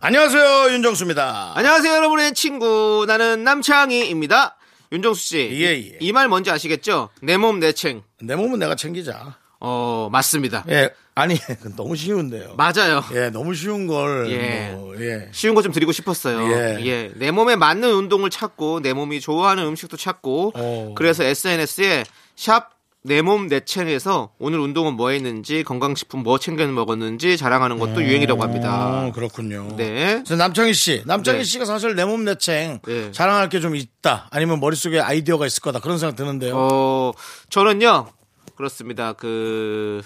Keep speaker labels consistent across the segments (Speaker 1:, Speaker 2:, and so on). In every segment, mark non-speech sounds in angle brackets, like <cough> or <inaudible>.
Speaker 1: 안녕하세요 윤정수입니다.
Speaker 2: 안녕하세요, 여러분의 친구. 나는 남창희입니다. 윤정수 씨.
Speaker 1: 예, 예.
Speaker 2: 이 말 뭔지 아시겠죠? 내 몸, 내 챙.
Speaker 1: 내 몸은 내가 챙기자.
Speaker 2: 어, 맞습니다.
Speaker 1: 예, 아니 <laughs> 그건 너무 쉬운데요.
Speaker 2: 맞아요.
Speaker 1: 예, 너무 쉬운 걸.
Speaker 2: 예.
Speaker 1: 뭐, 예.
Speaker 2: 쉬운 거 좀 드리고 싶었어요.
Speaker 1: 예.
Speaker 2: 예. 내 몸에 맞는 운동을 찾고, 내 몸이 좋아하는 음식도 찾고,
Speaker 1: 오.
Speaker 2: 그래서 SNS에 샵, 내 몸, 내 챙에서 오늘 운동은 뭐 했는지, 건강식품 뭐 챙겨 먹었는지 자랑하는 것도 유행이라고 합니다.
Speaker 1: 어, 음, 그렇군요.
Speaker 2: 아. 네.
Speaker 1: 그래서 남창희 씨, 남창희
Speaker 2: 네.
Speaker 1: 씨가 사실 내 몸 내챙
Speaker 2: 네.
Speaker 1: 자랑할 게 좀 있다. 아니면 머릿속에 아이디어가 있을 거다. 그런 생각 드는데요.
Speaker 2: 어, 저는요, 그렇습니다. 그,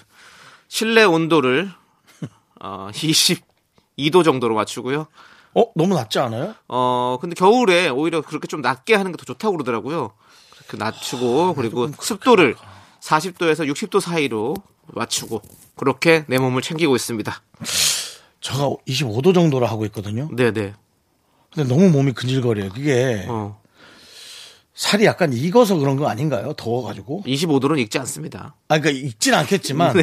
Speaker 2: 실내 온도를, 어, <laughs> 22도 정도로 맞추고요.
Speaker 1: 어, 너무 낮지 않아요?
Speaker 2: 어, 근데 겨울에 오히려 그렇게 좀 낮게 하는 게 더 좋다고 그러더라고요. 그렇게
Speaker 1: 아,
Speaker 2: 낮추고, 그리고 습도를 40도에서 60도 사이로 맞추고, 그렇게 내 몸을 챙기고 있습니다.
Speaker 1: 제가 25도 정도로 하고 있거든요.
Speaker 2: 네네.
Speaker 1: 근데 너무 몸이 근질거려요. 그게
Speaker 2: 어,
Speaker 1: 살이 약간 익어서 그런 거 아닌가요? 더워가지고.
Speaker 2: 25도는 익지 않습니다.
Speaker 1: 아, 그러니까 익진 않겠지만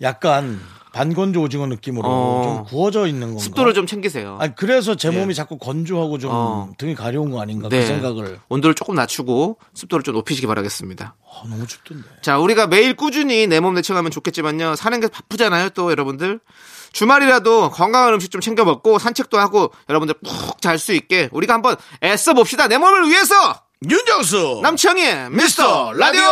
Speaker 1: 약간 반건조 오징어 느낌으로
Speaker 2: 네. 어.
Speaker 1: 좀 구워져 있는 건가.
Speaker 2: 습도를 좀 챙기세요.
Speaker 1: 아니, 그래서 제
Speaker 2: 예.
Speaker 1: 몸이 자꾸 건조하고 좀
Speaker 2: 어.
Speaker 1: 등이 가려운 거 아닌가 그 생각을.
Speaker 2: 네. 온도를 조금 낮추고, 습도를 좀 높이시기 바라겠습니다.
Speaker 1: 아, 너무 춥던데.
Speaker 2: 자, 우리가 매일 꾸준히 내 몸 내쳐가면 좋겠지만요. 사는 게 바쁘잖아요, 또 여러분들. 주말이라도 건강한 음식 좀 챙겨 먹고 산책도 하고 여러분들 푹 잘 수 있게 우리가 한번 애써 봅시다. 내 몸을 위해서
Speaker 1: 윤정수
Speaker 2: 남창희
Speaker 1: 미스터 라디오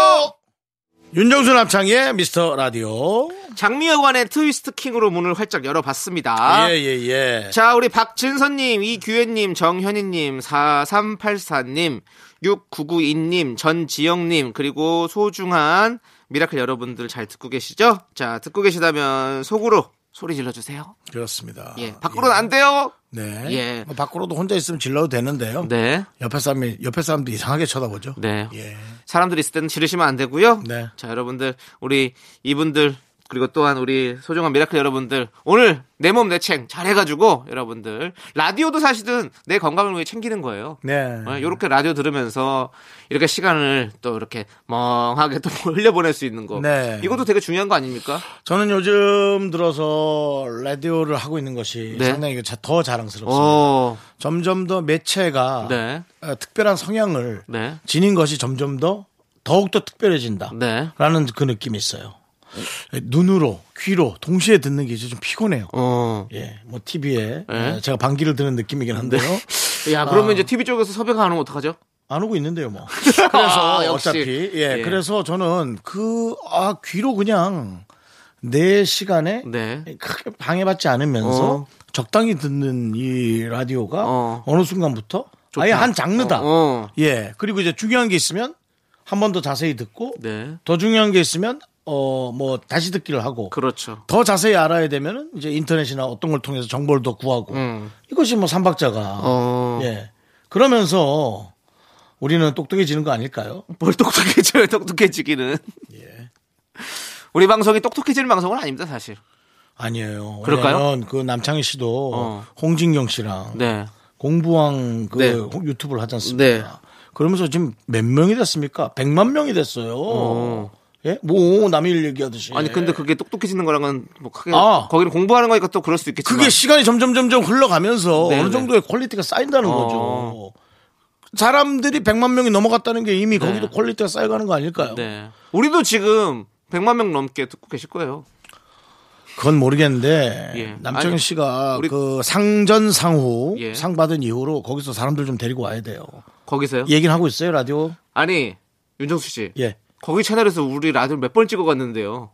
Speaker 1: 윤정수 남창희의 미스터 라디오
Speaker 2: 장미여관의 트위스트 킹으로 문을 활짝 열어봤습니다.
Speaker 1: 예예예
Speaker 2: 아. 자, 우리 박진선님, 이규현님, 정현희님, 4384님, 6992님, 전지영님, 그리고 소중한 미라클 여러분들 잘 듣고 계시죠? 자, 듣고 계시다면 속으로 소리 질러주세요.
Speaker 1: 그렇습니다
Speaker 2: 예, 밖으로는 안 돼요!
Speaker 1: 네
Speaker 2: 예.
Speaker 1: 뭐 밖으로도 혼자 있으면 질러도 되는데요
Speaker 2: 네.
Speaker 1: 옆에 사람이 옆에 사람도 이상하게 쳐다보죠
Speaker 2: 네.
Speaker 1: 예.
Speaker 2: 사람들이 있을 때는 지르시면 안 되고요.
Speaker 1: 네.
Speaker 2: 자, 여러분들, 우리 이분들, 그리고 또한 우리 소중한 미라클 여러분들, 오늘 내 몸 내챙 잘해가지고, 여러분들, 라디오도 사실은 내 건강을 위해 챙기는 어, 아, 거예요.
Speaker 1: 네.
Speaker 2: 이렇게 라디오 들으면서 이렇게 시간을 또 이렇게 멍하게 또 <laughs> 흘려보낼 수 있는 거.
Speaker 1: 네.
Speaker 2: 이것도 되게 중요한 거 아닙니까?
Speaker 1: 저는 요즘 들어서 라디오를 하고 있는 것이
Speaker 2: 네.
Speaker 1: 상당히 자- 더 자랑스럽습니다
Speaker 2: 어,
Speaker 1: 점점 더 매체가
Speaker 2: 네.
Speaker 1: 어, 특별한 성향을
Speaker 2: 네.
Speaker 1: 지닌 것이 점점 더 더욱더 특별해진다
Speaker 2: 네.
Speaker 1: 라는 그 느낌이 있어요. 눈으로, 귀로 동시에 듣는 게 이제 좀 피곤해요.
Speaker 2: 어.
Speaker 1: 예, 뭐 TV에
Speaker 2: 네.
Speaker 1: 제가 반기를 드는 느낌이긴
Speaker 2: <laughs>
Speaker 1: 한데요.
Speaker 2: 야,
Speaker 1: 아.
Speaker 2: 그러면 이제 TV 쪽에서 섭외가 안 오면 어떡하죠?
Speaker 1: 안 오고 있는데요,
Speaker 2: <laughs>
Speaker 1: 뭐. 그래서
Speaker 2: 아, 역시.
Speaker 1: 어차피 예,
Speaker 2: 예.
Speaker 1: 그래서 저는 그 아, 귀로 그냥 내 시간에
Speaker 2: 네.
Speaker 1: 크게 방해받지 않으면서
Speaker 2: 어.
Speaker 1: 적당히 듣는 이 라디오가
Speaker 2: 어.
Speaker 1: 어. 느 순간부터 아예 한 장르다.
Speaker 2: 어.
Speaker 1: 예, 그리고 이제 중요한 게 있으면 한 번 더 자세히 듣고
Speaker 2: 네.
Speaker 1: 더 중요한 게 있으면 어 뭐 다시 듣기를 하고
Speaker 2: 그렇죠.
Speaker 1: 더 자세히 알아야 되면은 이제 인터넷이나 어떤 걸 통해서 정보를 더 구하고
Speaker 2: 음.
Speaker 1: 이것이 뭐 삼박자가
Speaker 2: 어.
Speaker 1: 예 그러면서 우리는 똑똑해지는 거 아닐까요?
Speaker 2: 뭘 똑똑해져요, <laughs> 똑똑해지기는.
Speaker 1: 예.
Speaker 2: 우리 방송이 똑똑해지는 방송은 아닙니다, 사실.
Speaker 1: 아니에요.
Speaker 2: 그럴까요?
Speaker 1: 왜냐면 그 남창희 씨도
Speaker 2: 어.
Speaker 1: 홍진경 씨랑
Speaker 2: 네.
Speaker 1: 공부왕 그
Speaker 2: 네.
Speaker 1: 홍- 유튜브를 하지 않습니까? 그러면서 지금 몇 명이 됐습니까? 100만 명이 됐어요.
Speaker 2: 어.
Speaker 1: 예? 뭐 남의 일 얘기하듯이.
Speaker 2: 아니, 근데 그게 똑똑해지는 거랑은 뭐 크게.
Speaker 1: 아.
Speaker 2: 거기는 공부하는 거니까 또 그럴 수 있겠지만.
Speaker 1: 그게 시간이 점점 점점 흘러가면서
Speaker 2: 네,
Speaker 1: 어느
Speaker 2: 네.
Speaker 1: 정도의 퀄리티가 쌓인다는
Speaker 2: 어.
Speaker 1: 거죠. 사람들이 100만 명이 넘어갔다는 게 이미
Speaker 2: 네.
Speaker 1: 거기도 퀄리티가 쌓여가는 거 아닐까요?
Speaker 2: 네. 우리도 지금 100만 명 넘게 듣고 계실 거예요.
Speaker 1: 그건 모르겠는데
Speaker 2: 예.
Speaker 1: 남정희
Speaker 2: 아니,
Speaker 1: 씨가
Speaker 2: 우리-
Speaker 1: 그 상전 상후
Speaker 2: 예.
Speaker 1: 상 받은 이후로 거기서 사람들 좀 데리고 와야 돼요.
Speaker 2: 거기서요?
Speaker 1: 얘기는 하고 있어요 라디오.
Speaker 2: 아니, 윤정수 씨.
Speaker 1: 예.
Speaker 2: 거기 채널에서 우리 라디오 몇 번 찍어갔는데요.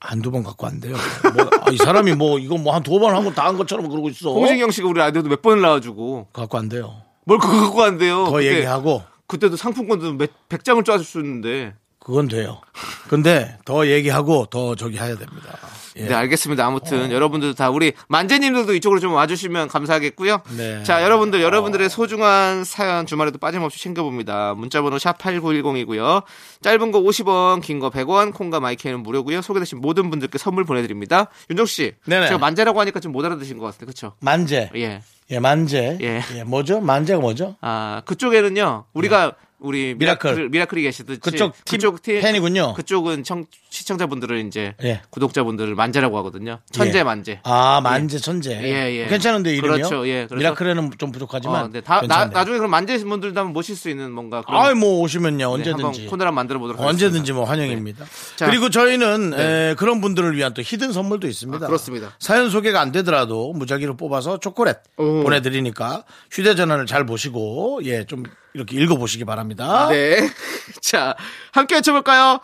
Speaker 1: 한두 번 갖고 안 돼요. 뭐, 아, 이 사람이 뭐 이거 뭐 한 두 번 한 거 다 한 것처럼 그러고 있어.
Speaker 2: 홍진경 씨가 우리 라디오도 몇 번 나와주고.
Speaker 1: 갖고 안 돼요.
Speaker 2: 뭘 어, 그거 갖고 간대요.
Speaker 1: 더
Speaker 2: 그때,
Speaker 1: 얘기하고
Speaker 2: 그때도 상품권도 몇, 100장을 쫙 줬는데.
Speaker 1: 그건 돼요. 근데 더 얘기하고 더 저기 해야 됩니다. 예.
Speaker 2: 네, 알겠습니다. 아무튼 여러분들도 다 우리 만재님들도 이쪽으로 좀 와주시면 감사하겠고요.
Speaker 1: 네. 어.
Speaker 2: 자, 여러분들 여러분들의 소중한 사연 주말에도 빠짐없이 챙겨봅니다. 문자번호 샵 #8910이고요. 짧은 거 50원, 긴 거 100원, 콩과 마이크는 무료고요. 소개되신 모든 분들께 선물 보내드립니다. 윤정 씨,
Speaker 1: 네네.
Speaker 2: 제가 만재라고 하니까 좀 못 알아듣신 것 같은데, 그렇죠?
Speaker 1: 만재. 예,
Speaker 2: 예.
Speaker 1: 만재.
Speaker 2: 예.
Speaker 1: 예. 뭐죠? 만재가 뭐죠?
Speaker 2: 아 그쪽에는요 우리가 우리
Speaker 1: 네. 미라클.
Speaker 2: 미라클 미라클이 계시듯이
Speaker 1: 그쪽 팀 팬이군요.
Speaker 2: 그쪽은 청, 시청자분들을 이제
Speaker 1: 예.
Speaker 2: 구독자분들을 만재라고 하거든요. 천재 만재.
Speaker 1: 아, 만재 천재.
Speaker 2: 예, 예.
Speaker 1: 괜찮은데 이름이요?
Speaker 2: 그렇죠, 예, 그래서-
Speaker 1: 미라클에는 좀 부족하지만.
Speaker 2: 어, 네. 다, 나,
Speaker 1: 괜찮네요.
Speaker 2: 나중에 그럼 만재 분들도 한번 모실 수 있는 뭔가 그런
Speaker 1: 아이 뭐 오시면요
Speaker 2: 네,
Speaker 1: 언제든지
Speaker 2: 한번 코너를 한번 만들어 보도록
Speaker 1: 언제든지
Speaker 2: 하겠습니다.
Speaker 1: 뭐 환영입니다.
Speaker 2: 자. 네.
Speaker 1: 그리고 저희는 에, 그런 분들을 위한 또 히든 선물도 있습니다.
Speaker 2: 아, 그렇습니다.
Speaker 1: 사연 소개가 안 되더라도 무작위로 뽑아서 초콜릿
Speaker 2: 오.
Speaker 1: 보내드리니까 휴대전화를 잘 보시고 예 좀 이렇게 읽어보시기 바랍니다.
Speaker 2: 네. <laughs> 자, 함께 외쳐볼까요?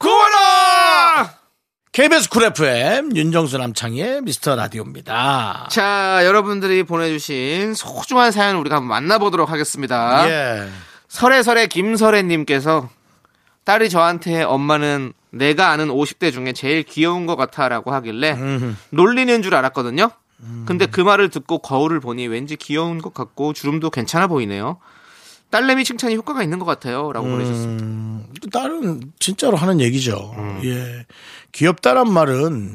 Speaker 2: 광고라!
Speaker 1: KBS 쿨 FM 윤정수 남창희의 미스터 라디오입니다.
Speaker 2: 자, 여러분들이 보내주신 소중한 사연 우리가 한번 만나보도록 하겠습니다.
Speaker 1: 예.
Speaker 2: 설애설애 김설애님께서 딸이 저한테 엄마는 내가 아는 50대 중에 제일 귀여운 것 같아라고 하길래 놀리는 줄 알았거든요. 근데 그 말을 듣고 거울을 보니 왠지 귀여운 것 같고 주름도 괜찮아 보이네요. 딸내미 칭찬이 효과가 있는 것 같아요라고 보내셨습니다.
Speaker 1: 음, 딸은 진짜로 하는 얘기죠.
Speaker 2: 음.
Speaker 1: 예. 귀엽다란 말은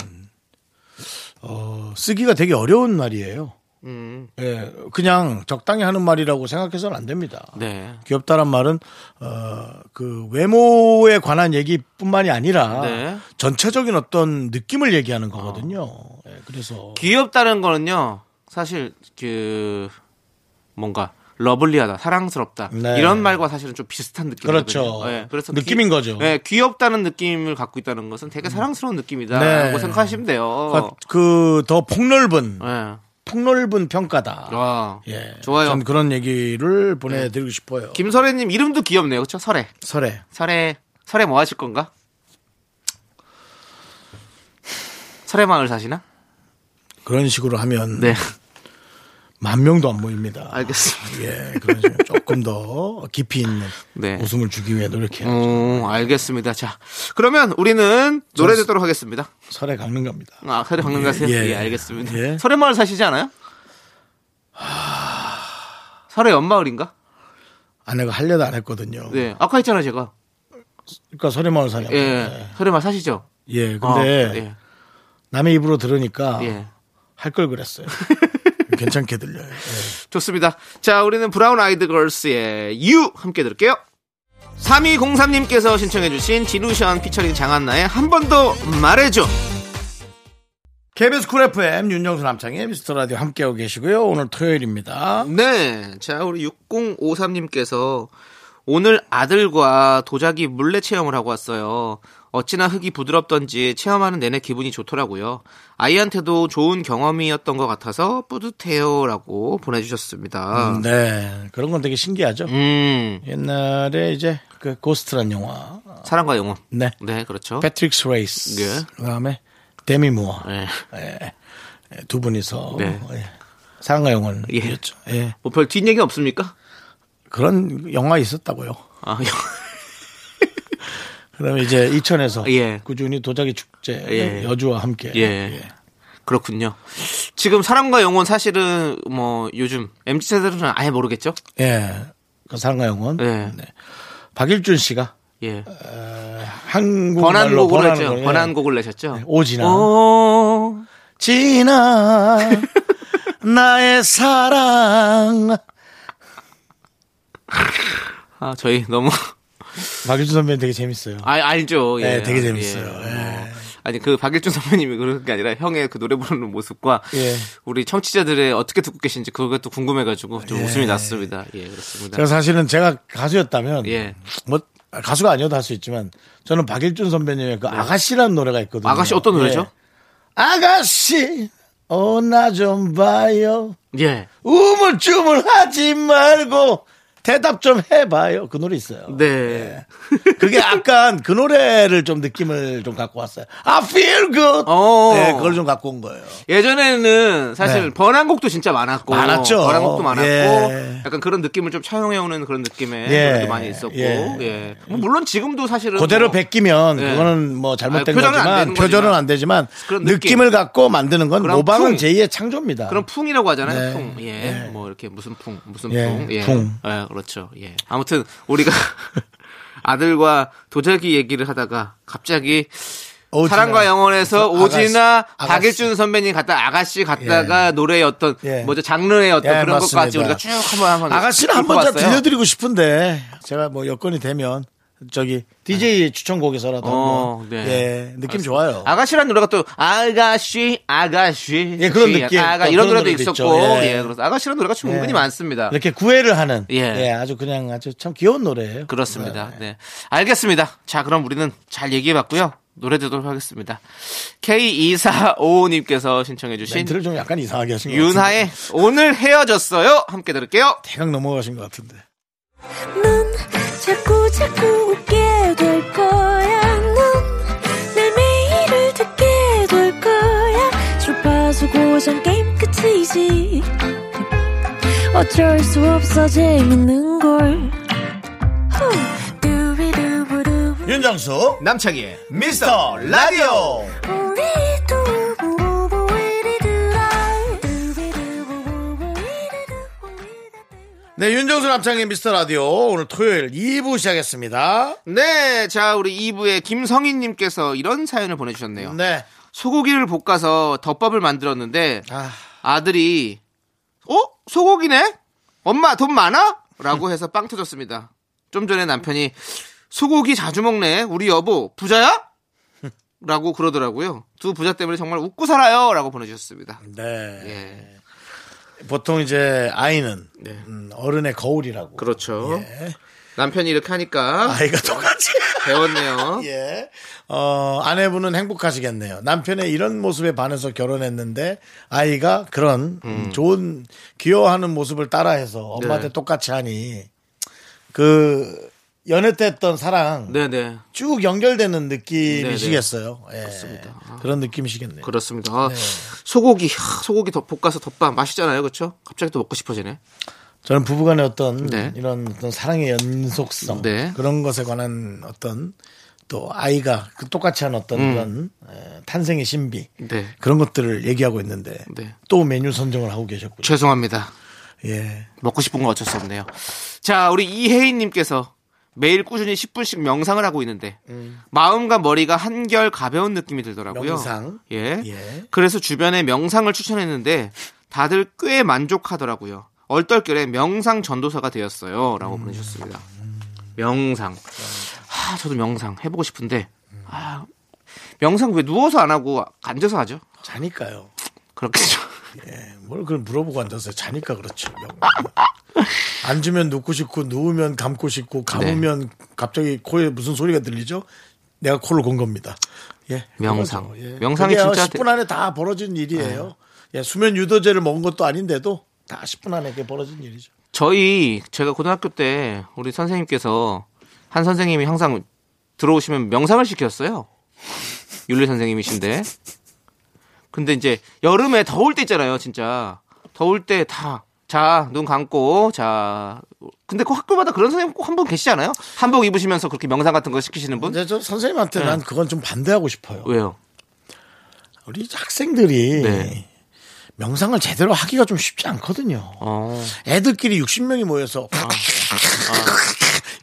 Speaker 1: 어, 쓰기가 되게 어려운 말이에요.
Speaker 2: 음,
Speaker 1: 예, 그냥 적당히 하는 말이라고 생각해서는 안 됩니다.
Speaker 2: 네.
Speaker 1: 귀엽다란 말은 어, 그 외모에 관한 얘기뿐만이 아니라
Speaker 2: 네.
Speaker 1: 전체적인 어떤 느낌을 얘기하는 거거든요.
Speaker 2: 아.
Speaker 1: 예, 그래서
Speaker 2: 귀엽다는 거는요. 사실 그 뭔가 러블리하다, 사랑스럽다
Speaker 1: 네.
Speaker 2: 이런 말과 사실은 좀 비슷한 느낌이거든요.
Speaker 1: 그렇죠.
Speaker 2: 예, 그래서
Speaker 1: 느낌인 거죠. 음.
Speaker 2: 예, 귀엽다는 느낌을 갖고 있다는 것은 되게 사랑스러운 느낌이다라고
Speaker 1: 네.
Speaker 2: 생각하시면 돼요.
Speaker 1: 그 더 폭넓은
Speaker 2: 예.
Speaker 1: 폭넓은 평가다.
Speaker 2: 와,
Speaker 1: 예,
Speaker 2: 아. 좋아요.
Speaker 1: 전 그런 얘기를 보내드리고 싶어요.
Speaker 2: 김설애님 이름도 귀엽네요, 그렇죠? 설애,
Speaker 1: 설에
Speaker 2: 설애, 설애 뭐 하실 건가? 설애 마을 사시나?
Speaker 1: 그런 식으로 하면
Speaker 2: 네,
Speaker 1: 만 명도 안 모입니다.
Speaker 2: 알겠습니다.
Speaker 1: 예, 그런 식으로 조금 더 깊이 있는
Speaker 2: 네.
Speaker 1: 웃음을 주기 위해 노력해요.
Speaker 2: 음, 알겠습니다. 자, 그러면 우리는 노래 듣도록 하겠습니다.
Speaker 1: 설에 가는 겁니다.
Speaker 2: 아, 설에 방금 가세요? 예,
Speaker 1: 예, 예.
Speaker 2: 알겠습니다.
Speaker 1: 예.
Speaker 2: 설에 마을 사시지 않아요? 설에 연마을인가?
Speaker 1: 아내가 하려다 안 했거든요.
Speaker 2: 네, 아까 했잖아요, 제가.
Speaker 1: 그러니까 설에마을 사냥.
Speaker 2: 예,
Speaker 1: 예.
Speaker 2: 설에 마을 사시죠?
Speaker 1: 예, 근데 아.
Speaker 2: 어, 예,
Speaker 1: 남의 입으로 들으니까
Speaker 2: 예.
Speaker 1: 할 걸
Speaker 2: <laughs>
Speaker 1: 그랬어요. 괜찮게 들려요. 예.
Speaker 2: 좋습니다. 자, 우리는 브라운 아이드 걸스의 You 함께 들을게요. 3203님께서 신청해주신 디루션 피처링 장한나의 한 번 더 말해줘.
Speaker 1: KBS 쿨 FM 윤정수 남창의 미스터 라디오 함께하고 계시고요. 오늘 토요일입니다.
Speaker 2: 네. 자, 우리 6053님께서 오늘 아들과 도자기 물레 체험을 하고 왔어요. 어찌나 흙이 부드럽던지 체험하는 내내 기분이 좋더라고요. 아이한테도 좋은 경험이었던 것 같아서 뿌듯해요. 라고 보내주셨습니다.
Speaker 1: 음, 네, 그런 건 되게 신기하죠.
Speaker 2: 아. 음,
Speaker 1: 옛날에 이제 그 고스트란 영화,
Speaker 2: 사랑과 영혼.
Speaker 1: 네,
Speaker 2: 네, 그렇죠.
Speaker 1: 패트릭스 레이스,
Speaker 2: 예.
Speaker 1: 그다음에 데미 무어
Speaker 2: 네.
Speaker 1: 예. 예, 두 분이서
Speaker 2: 네.
Speaker 1: 예. 사랑과 영혼이었죠. 예.
Speaker 2: 뭐 별 뒷얘기 는 없습니까?
Speaker 1: 그런 영화 있었다고요.
Speaker 2: 아, <laughs>
Speaker 1: 그다음에 이제 이천에서
Speaker 2: 예.
Speaker 1: 꾸준히 도자기 축제
Speaker 2: 예.
Speaker 1: 여주와 함께
Speaker 2: 예. 그렇군요. 지금 사랑과 영혼 사실은 뭐 요즘 MZ 세대들은 아예 모르겠죠?
Speaker 1: 예. 그 사랑과 영혼.
Speaker 2: 예.
Speaker 1: 네. 박일준 씨가
Speaker 2: 예.
Speaker 1: 한국말로
Speaker 2: 번안곡으로
Speaker 1: 번안곡,
Speaker 2: 했죠. 어?
Speaker 1: 예.
Speaker 2: 번안곡을 내셨죠?
Speaker 1: 오지나.
Speaker 2: 오, <laughs>
Speaker 1: 지나 나의 사랑.
Speaker 2: 아, 저희 너무 <laughs>
Speaker 1: 박일준 선배님 되게 재밌어요.
Speaker 2: 아, 알죠. 예.
Speaker 1: 네, 되게 재밌어요. 예.
Speaker 2: 뭐, 아니 그 박일준 선배님이 그런 게 아니라 형의 그 노래 부르는 모습과
Speaker 1: 예.
Speaker 2: 우리 청취자들의 어떻게 듣고 계신지 그것도 궁금해가지고 좀 웃음이 났습니다. 예, 그렇습니다.
Speaker 1: 제가 사실은 제가 가수였다면
Speaker 2: 예.
Speaker 1: 뭐 가수가 아니어도 할 수 있지만 저는 박일준 선배님의 그 아가씨라는 노래가 있거든요.
Speaker 2: 네. 아가씨 어떤 노래죠?
Speaker 1: 예. 아가씨 어나 좀 봐요.
Speaker 2: 예.
Speaker 1: 우물쭈물하지 말고 대답 좀 해봐요. 그 노래 있어요. 예.
Speaker 2: 네.
Speaker 1: <laughs> 그게 약간 그 노래를 좀 느낌을 좀 갖고 왔어요. I feel good.
Speaker 2: 어.
Speaker 1: 네, 그걸 좀 갖고 온 거예요.
Speaker 2: <laughs> 예전에는 사실
Speaker 1: 네.
Speaker 2: 번안곡도 진짜 많았고
Speaker 1: 많았죠.
Speaker 2: 번안곡도 많았고
Speaker 1: 예.
Speaker 2: 약간 그런 느낌을 좀 차용해 오는 그런 느낌의
Speaker 1: 예.
Speaker 2: 노래도 많이 있었고
Speaker 1: 예.
Speaker 2: 예. 뭐 물론 지금도 사실은
Speaker 1: 그대로
Speaker 2: 뭐
Speaker 1: 베끼면
Speaker 2: 네.
Speaker 1: 그거는 뭐 잘못된
Speaker 2: 아니, 표절은 안
Speaker 1: 거지만
Speaker 2: 되는
Speaker 1: 표절은
Speaker 2: 거지만
Speaker 1: 안 되지만
Speaker 2: 그런 느낌.
Speaker 1: 느낌을 갖고 만드는 건
Speaker 2: 그런
Speaker 1: 모방은
Speaker 2: 풍.
Speaker 1: 제2의 창조입니다.
Speaker 2: 그런 풍이라고 하잖아요.
Speaker 1: 네.
Speaker 2: 풍. 예.
Speaker 1: 예.
Speaker 2: 뭐 이렇게 무슨 풍, 무슨
Speaker 1: 예,
Speaker 2: 풍. 예.
Speaker 1: 풍.
Speaker 2: 예, 그렇죠. 예. 아무튼 우리가 <laughs> 아들과 도자기 얘기를 하다가 갑자기
Speaker 1: 오지나.
Speaker 2: 사랑과 영혼에서
Speaker 1: 아가씨,
Speaker 2: 오지나
Speaker 1: 아가씨.
Speaker 2: 박일준 선배님 갔다 아가씨 갔다가 노래의 어떤
Speaker 1: 예.
Speaker 2: 뭐죠 장르의 어떤
Speaker 1: 예,
Speaker 2: 그런
Speaker 1: 맞습니다.
Speaker 2: 것까지 우리가 쭉 한번 한번
Speaker 1: 아가씨는
Speaker 2: 짚고
Speaker 1: 한번 자
Speaker 2: 왔어요.
Speaker 1: 들려드리고 싶은데 제가 뭐 여건이 되면 저기 DJ 추천곡에서라도
Speaker 2: 네. 어,
Speaker 1: 한번,
Speaker 2: 네.
Speaker 1: 예, 느낌 좋아요.
Speaker 2: 아가씨란 노래가 또 아가씨 아가씨
Speaker 1: 예, 그런 느낌.
Speaker 2: 아가
Speaker 1: 또
Speaker 2: 이런
Speaker 1: 그런
Speaker 2: 노래도
Speaker 1: 노래도
Speaker 2: 있었고
Speaker 1: 있죠. 예.
Speaker 2: 예. 그래서 아가씨란 노래가 좀 은근히 많습니다.
Speaker 1: 이렇게 구애를 하는 예.
Speaker 2: 예.
Speaker 1: 아주 그냥 아주 참 귀여운 노래예요.
Speaker 2: 그렇습니다. 네. 알겠습니다. 자, 그럼 우리는 잘 얘기해 봤고요. 노래 듣도록 하겠습니다. K2455님께서 신청해 주신
Speaker 1: 멘트를 좀 약간 이상하게 하신 것 같은데.
Speaker 2: 윤하의 오늘 헤어졌어요. 함께 들을게요.
Speaker 1: 대강 넘어가신 것 같은데.
Speaker 3: 넌 자꾸 자꾸 웃게 될 거야. 넌내 매일을 듣게 될 거야. 주파수 고정 게임 끝이지. 어쩔 수 없어 재밌는 걸. 후. 두비두부두.
Speaker 1: 윤정수
Speaker 2: 남창희의
Speaker 1: 미스터 라디오
Speaker 3: 우리 두부부부 우리들아. 두비두부부부 우리들아. 우리들아.
Speaker 1: 네 윤정수 남창의 미스터 라디오 오늘 토요일 2부 시작했습니다
Speaker 2: 네, 자, 우리 2부의 김성희 님께서 이런 사연을 보내 주셨네요.
Speaker 1: 네
Speaker 2: 소고기를 볶아서 덮밥을 만들었는데
Speaker 1: 아,
Speaker 2: 아들이 어 소고기네 엄마 돈 많아?
Speaker 1: 음.
Speaker 2: 라고 해서 빵 터졌습니다 좀 전에 남편이 소고기 자주 먹네 우리 여보
Speaker 1: <laughs>
Speaker 2: 부자야? 라고 그러더라고요 두 부자 때문에 정말 웃고 살아요 라고 보내주셨습니다
Speaker 1: 네.
Speaker 2: 예
Speaker 1: 보통 이제 아이는
Speaker 2: 네.
Speaker 1: 음, 어른의 거울이라고
Speaker 2: 그렇죠 남편이 이렇게 하니까
Speaker 1: 예. 아이가 똑같이
Speaker 2: 배웠네요
Speaker 1: <laughs> 예. 어, 아내분은 행복하시겠네요. 남편의 이런 모습에 반해서 결혼했는데 아이가 그런 좋은 귀여워하는 모습을 따라해서 엄마한테
Speaker 2: 음. 네.
Speaker 1: 똑같이 하니 그 연애 때 했던 사랑
Speaker 2: 네네 네,
Speaker 1: 쭉 연결되는 느낌이시겠어요. 예. 그런 느낌이시겠네요.
Speaker 2: 아. 그렇습니다 아, 소고기 하, 소고기 덮- 볶아서 덮밥 맛있잖아요 그렇죠 갑자기 또 먹고 싶어지네
Speaker 1: 저는 부부간의 어떤
Speaker 2: 네.
Speaker 1: 이런 어떤 사랑의 연속성
Speaker 2: 네.
Speaker 1: 그런 것에 관한 어떤 또 아이가 그 똑같이 한 어떤
Speaker 2: 음.
Speaker 1: 그런 에, 탄생의 신비
Speaker 2: 네.
Speaker 1: 그런 것들을 얘기하고 있는데
Speaker 2: 네.
Speaker 1: 또 메뉴 선정을 하고 계셨군요.
Speaker 2: 죄송합니다
Speaker 1: 예.
Speaker 2: 먹고 싶은 건 어쩔 수 없네요. 자, 우리 이혜인님께서 매일 꾸준히 10분씩 명상을 하고 있는데 마음과 머리가 한결 가벼운 느낌이 들더라고요.
Speaker 1: 명상.
Speaker 2: 예.
Speaker 1: 예.
Speaker 2: 그래서 주변에 명상을 추천했는데 다들 꽤 만족하더라고요. 얼떨결에 명상 전도사가 되었어요라고 보내셨습니다. 명상. 아, 저도 명상 해보고 싶은데 아, 명상 왜 누워서 안 하고 앉아서 하죠?
Speaker 1: 자니까요. 예.
Speaker 2: 그렇겠죠.
Speaker 1: 뭘 그걸 물어보고 앉았어요. 자니까 그렇죠. 명- 앉으면 눕고 싶고 누우면 감고 싶고
Speaker 2: 네.
Speaker 1: 감으면 갑자기 코에 무슨 소리가 들리죠? 내가 코를 건 겁니다. 예.
Speaker 2: 명상.
Speaker 1: 그거죠. 예.
Speaker 2: 명상이
Speaker 1: 그게요,
Speaker 2: 진짜 네.
Speaker 1: 10분 안에 다 벌어진 일이에요. 예, 수면 유도제를 먹은 것도 아닌데도 다 10분 안에 그게 벌어진 일이죠.
Speaker 2: 저희 제가 고등학교 때 우리 선생님께서 한 선생님이 항상 들어오시면 명상을 시켰어요. 윤리 선생님이신데. 근데 이제 여름에 더울 때 있잖아요, 진짜. 더울 때 다. 자, 눈 감고, 자. 근데 그 학교마다 그런 선생님 꼭 한 분 계시지 않아요? 한복 입으시면서 그렇게 명상 같은 거 시키시는 분?
Speaker 1: 근데 저 선생님한테 난 그건 좀 반대하고 싶어요.
Speaker 2: 네. 왜요?
Speaker 1: 우리 학생들이
Speaker 2: 네.
Speaker 1: 명상을 제대로 하기가 좀 쉽지 않거든요.
Speaker 2: 어.
Speaker 1: 애들끼리 60명이 모여서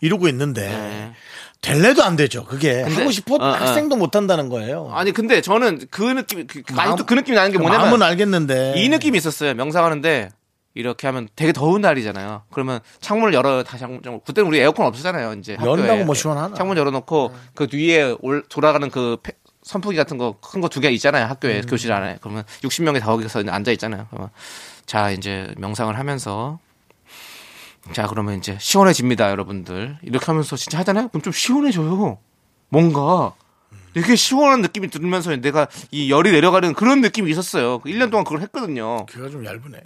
Speaker 1: 이러고 있는데
Speaker 2: 아, 네.
Speaker 1: 될래도 안 되죠. 그게
Speaker 2: 근데-
Speaker 1: 하고 싶어
Speaker 2: 어, 어.
Speaker 1: 학생도 못 한다는 거예요.
Speaker 2: 아니, 근데 저는 그 느낌, 그, 그- 아직도
Speaker 1: 마음-
Speaker 2: 그 느낌이 나는 게
Speaker 1: 그
Speaker 2: 뭐냐면.
Speaker 1: 마음은 알겠는데
Speaker 2: 이 느낌이 있었어요. 명상하는데 이렇게 하면 되게 더운 날이잖아요. 그러면 창문을 열어요. 다시 창문 좀. 그때는 우리 에어컨 없었잖아요. 이제 학교에.
Speaker 1: 연다고 뭐 시원하나. 네.
Speaker 2: 창문 열어놓고 그 뒤에 올, 돌아가는 그 폐- 선풍기 같은 거 큰 거 두 개 있잖아요.
Speaker 1: 음.
Speaker 2: 학교에 교실 안에. 그러면 60명이 다 거기서 앉아 있잖아요. 그러면 자 이제 명상을 하면서 자 그러면 이제 시원해집니다, 여러분들. 이렇게 하면서 진짜 하잖아요. 그럼 좀 시원해져요. 뭔가 되게 시원한 느낌이 들면서 내가 이 열이 그 내려가는 그런 느낌이 있었어요. 1년 동안 그걸 했거든요.
Speaker 1: 귀가 좀 얇으네.